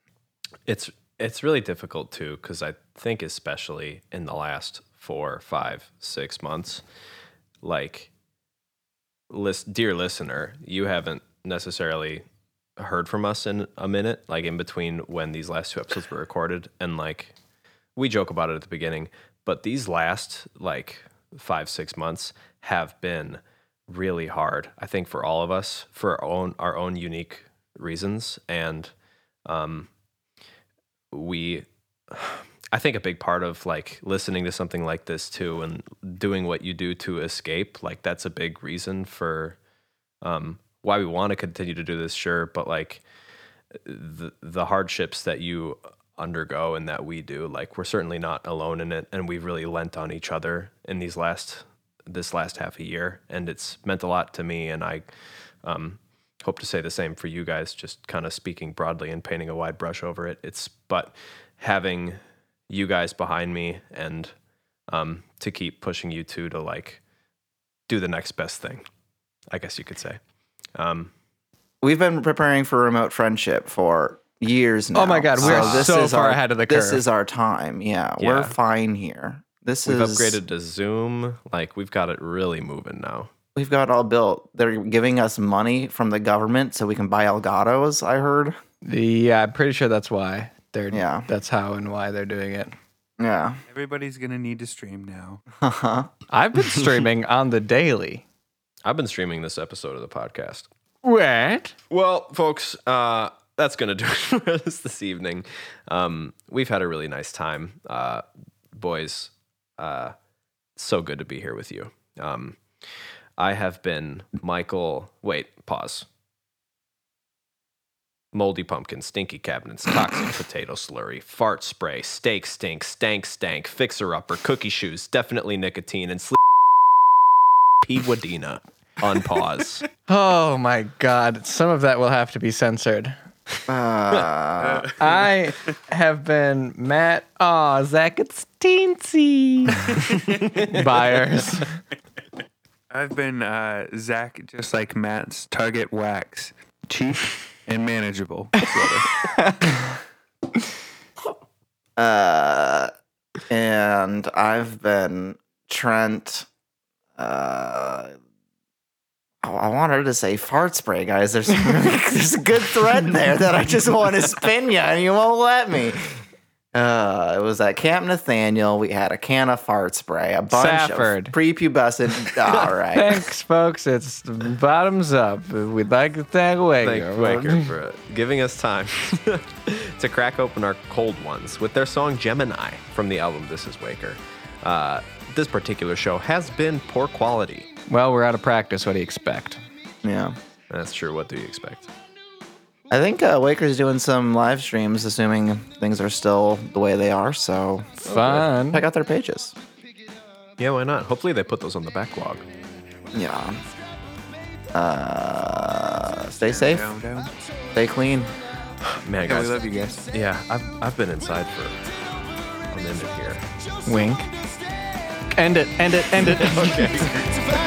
Speaker 1: It's it's really difficult too because I think especially in the last four, five, six months, like, list, dear listener, you haven't necessarily heard from us in a minute, like in between when these last two episodes were recorded, and like we joke about it at the beginning, but these last like five, six months have been really hard. I think for all of us, for our own our own unique reasons, and um, we I think a big part of like listening to something like this too and doing what you do to escape, like that's a big reason for um why we want to continue to do this, sure, but like the the hardships that you undergo and that we do, like we're certainly not alone in it and we've really lent on each other in these last this last half a year and it's meant a lot to me and I um hope to say the same for you guys just kind of speaking broadly and painting a wide brush over it it's but having you guys behind me and um, to keep pushing you two to like do the next best thing i guess you could say um,
Speaker 3: we've been preparing for remote friendship for years now.
Speaker 2: Oh my God, we're so far
Speaker 3: our,
Speaker 2: ahead of the
Speaker 3: This
Speaker 2: curve.
Speaker 3: is our time. Yeah,
Speaker 1: Yeah.
Speaker 3: we're fine here. This
Speaker 1: we've
Speaker 3: is
Speaker 1: upgraded to zoom like we've got it really moving now
Speaker 3: We've got all built. They're giving us money from the government so we can buy Elgatos. I heard.
Speaker 2: Yeah, I'm pretty sure that's why they're.
Speaker 3: Yeah.
Speaker 2: That's how and why they're doing it.
Speaker 3: Yeah.
Speaker 4: Everybody's gonna need to stream now.
Speaker 3: Uh-huh.
Speaker 2: I've been streaming on the daily.
Speaker 1: I've been streaming this episode of the podcast.
Speaker 2: What?
Speaker 1: Well, folks, uh, that's going to do it for us this evening. Um, we've had a really nice time. Uh, boys, uh, so good to be here with you. Um, I have been Michael. Wait, pause. Moldy pumpkin, stinky cabinets, toxic potato slurry, fart spray, steak stink, stank stank, fixer upper, cookie shoes, definitely nicotine, and sleep. P. Wadena on pause.
Speaker 2: Oh my god. Some of that will have to be censored.
Speaker 3: Uh,
Speaker 2: I have been Matt. Aw, Zach, it's teensy. Buyers.
Speaker 4: I've been uh, Zach, just like Matt's Target Wax, cheap and manageable.
Speaker 3: uh, and I've been Trent. Uh, I, I wanted to say fart spray, guys. There's there's a good thread there that I just want to spin you, and you won't let me. Uh, it was at Camp Nathaniel. We had a can of fart spray, a bunch
Speaker 2: Safford.
Speaker 3: of prepubescent. All right.
Speaker 2: Thanks, folks. It's bottoms up. We'd like to thank
Speaker 1: Thank
Speaker 2: Waker.
Speaker 4: mm.
Speaker 1: Waker for giving us time to crack open our cold ones with their song Gemini from the album This Is Waker. Uh, this particular show has been poor quality.
Speaker 2: Well, we're out of practice. What do you expect?
Speaker 3: Yeah.
Speaker 1: That's true. What do you expect?
Speaker 3: I think uh, Waker's doing some live streams, assuming things are still the way they are. So
Speaker 2: Fun.
Speaker 3: check out their pages.
Speaker 1: Yeah, why not? Hopefully they put those on the backlog.
Speaker 3: Yeah. Uh, stay safe.
Speaker 4: down, down.
Speaker 3: Stay clean.
Speaker 1: Man,
Speaker 4: Yeah,
Speaker 1: guys.
Speaker 4: we love you guys.
Speaker 1: Yeah, I've, I've been inside for a minute here.
Speaker 2: Wink. End it. End it. End it.
Speaker 9: It's a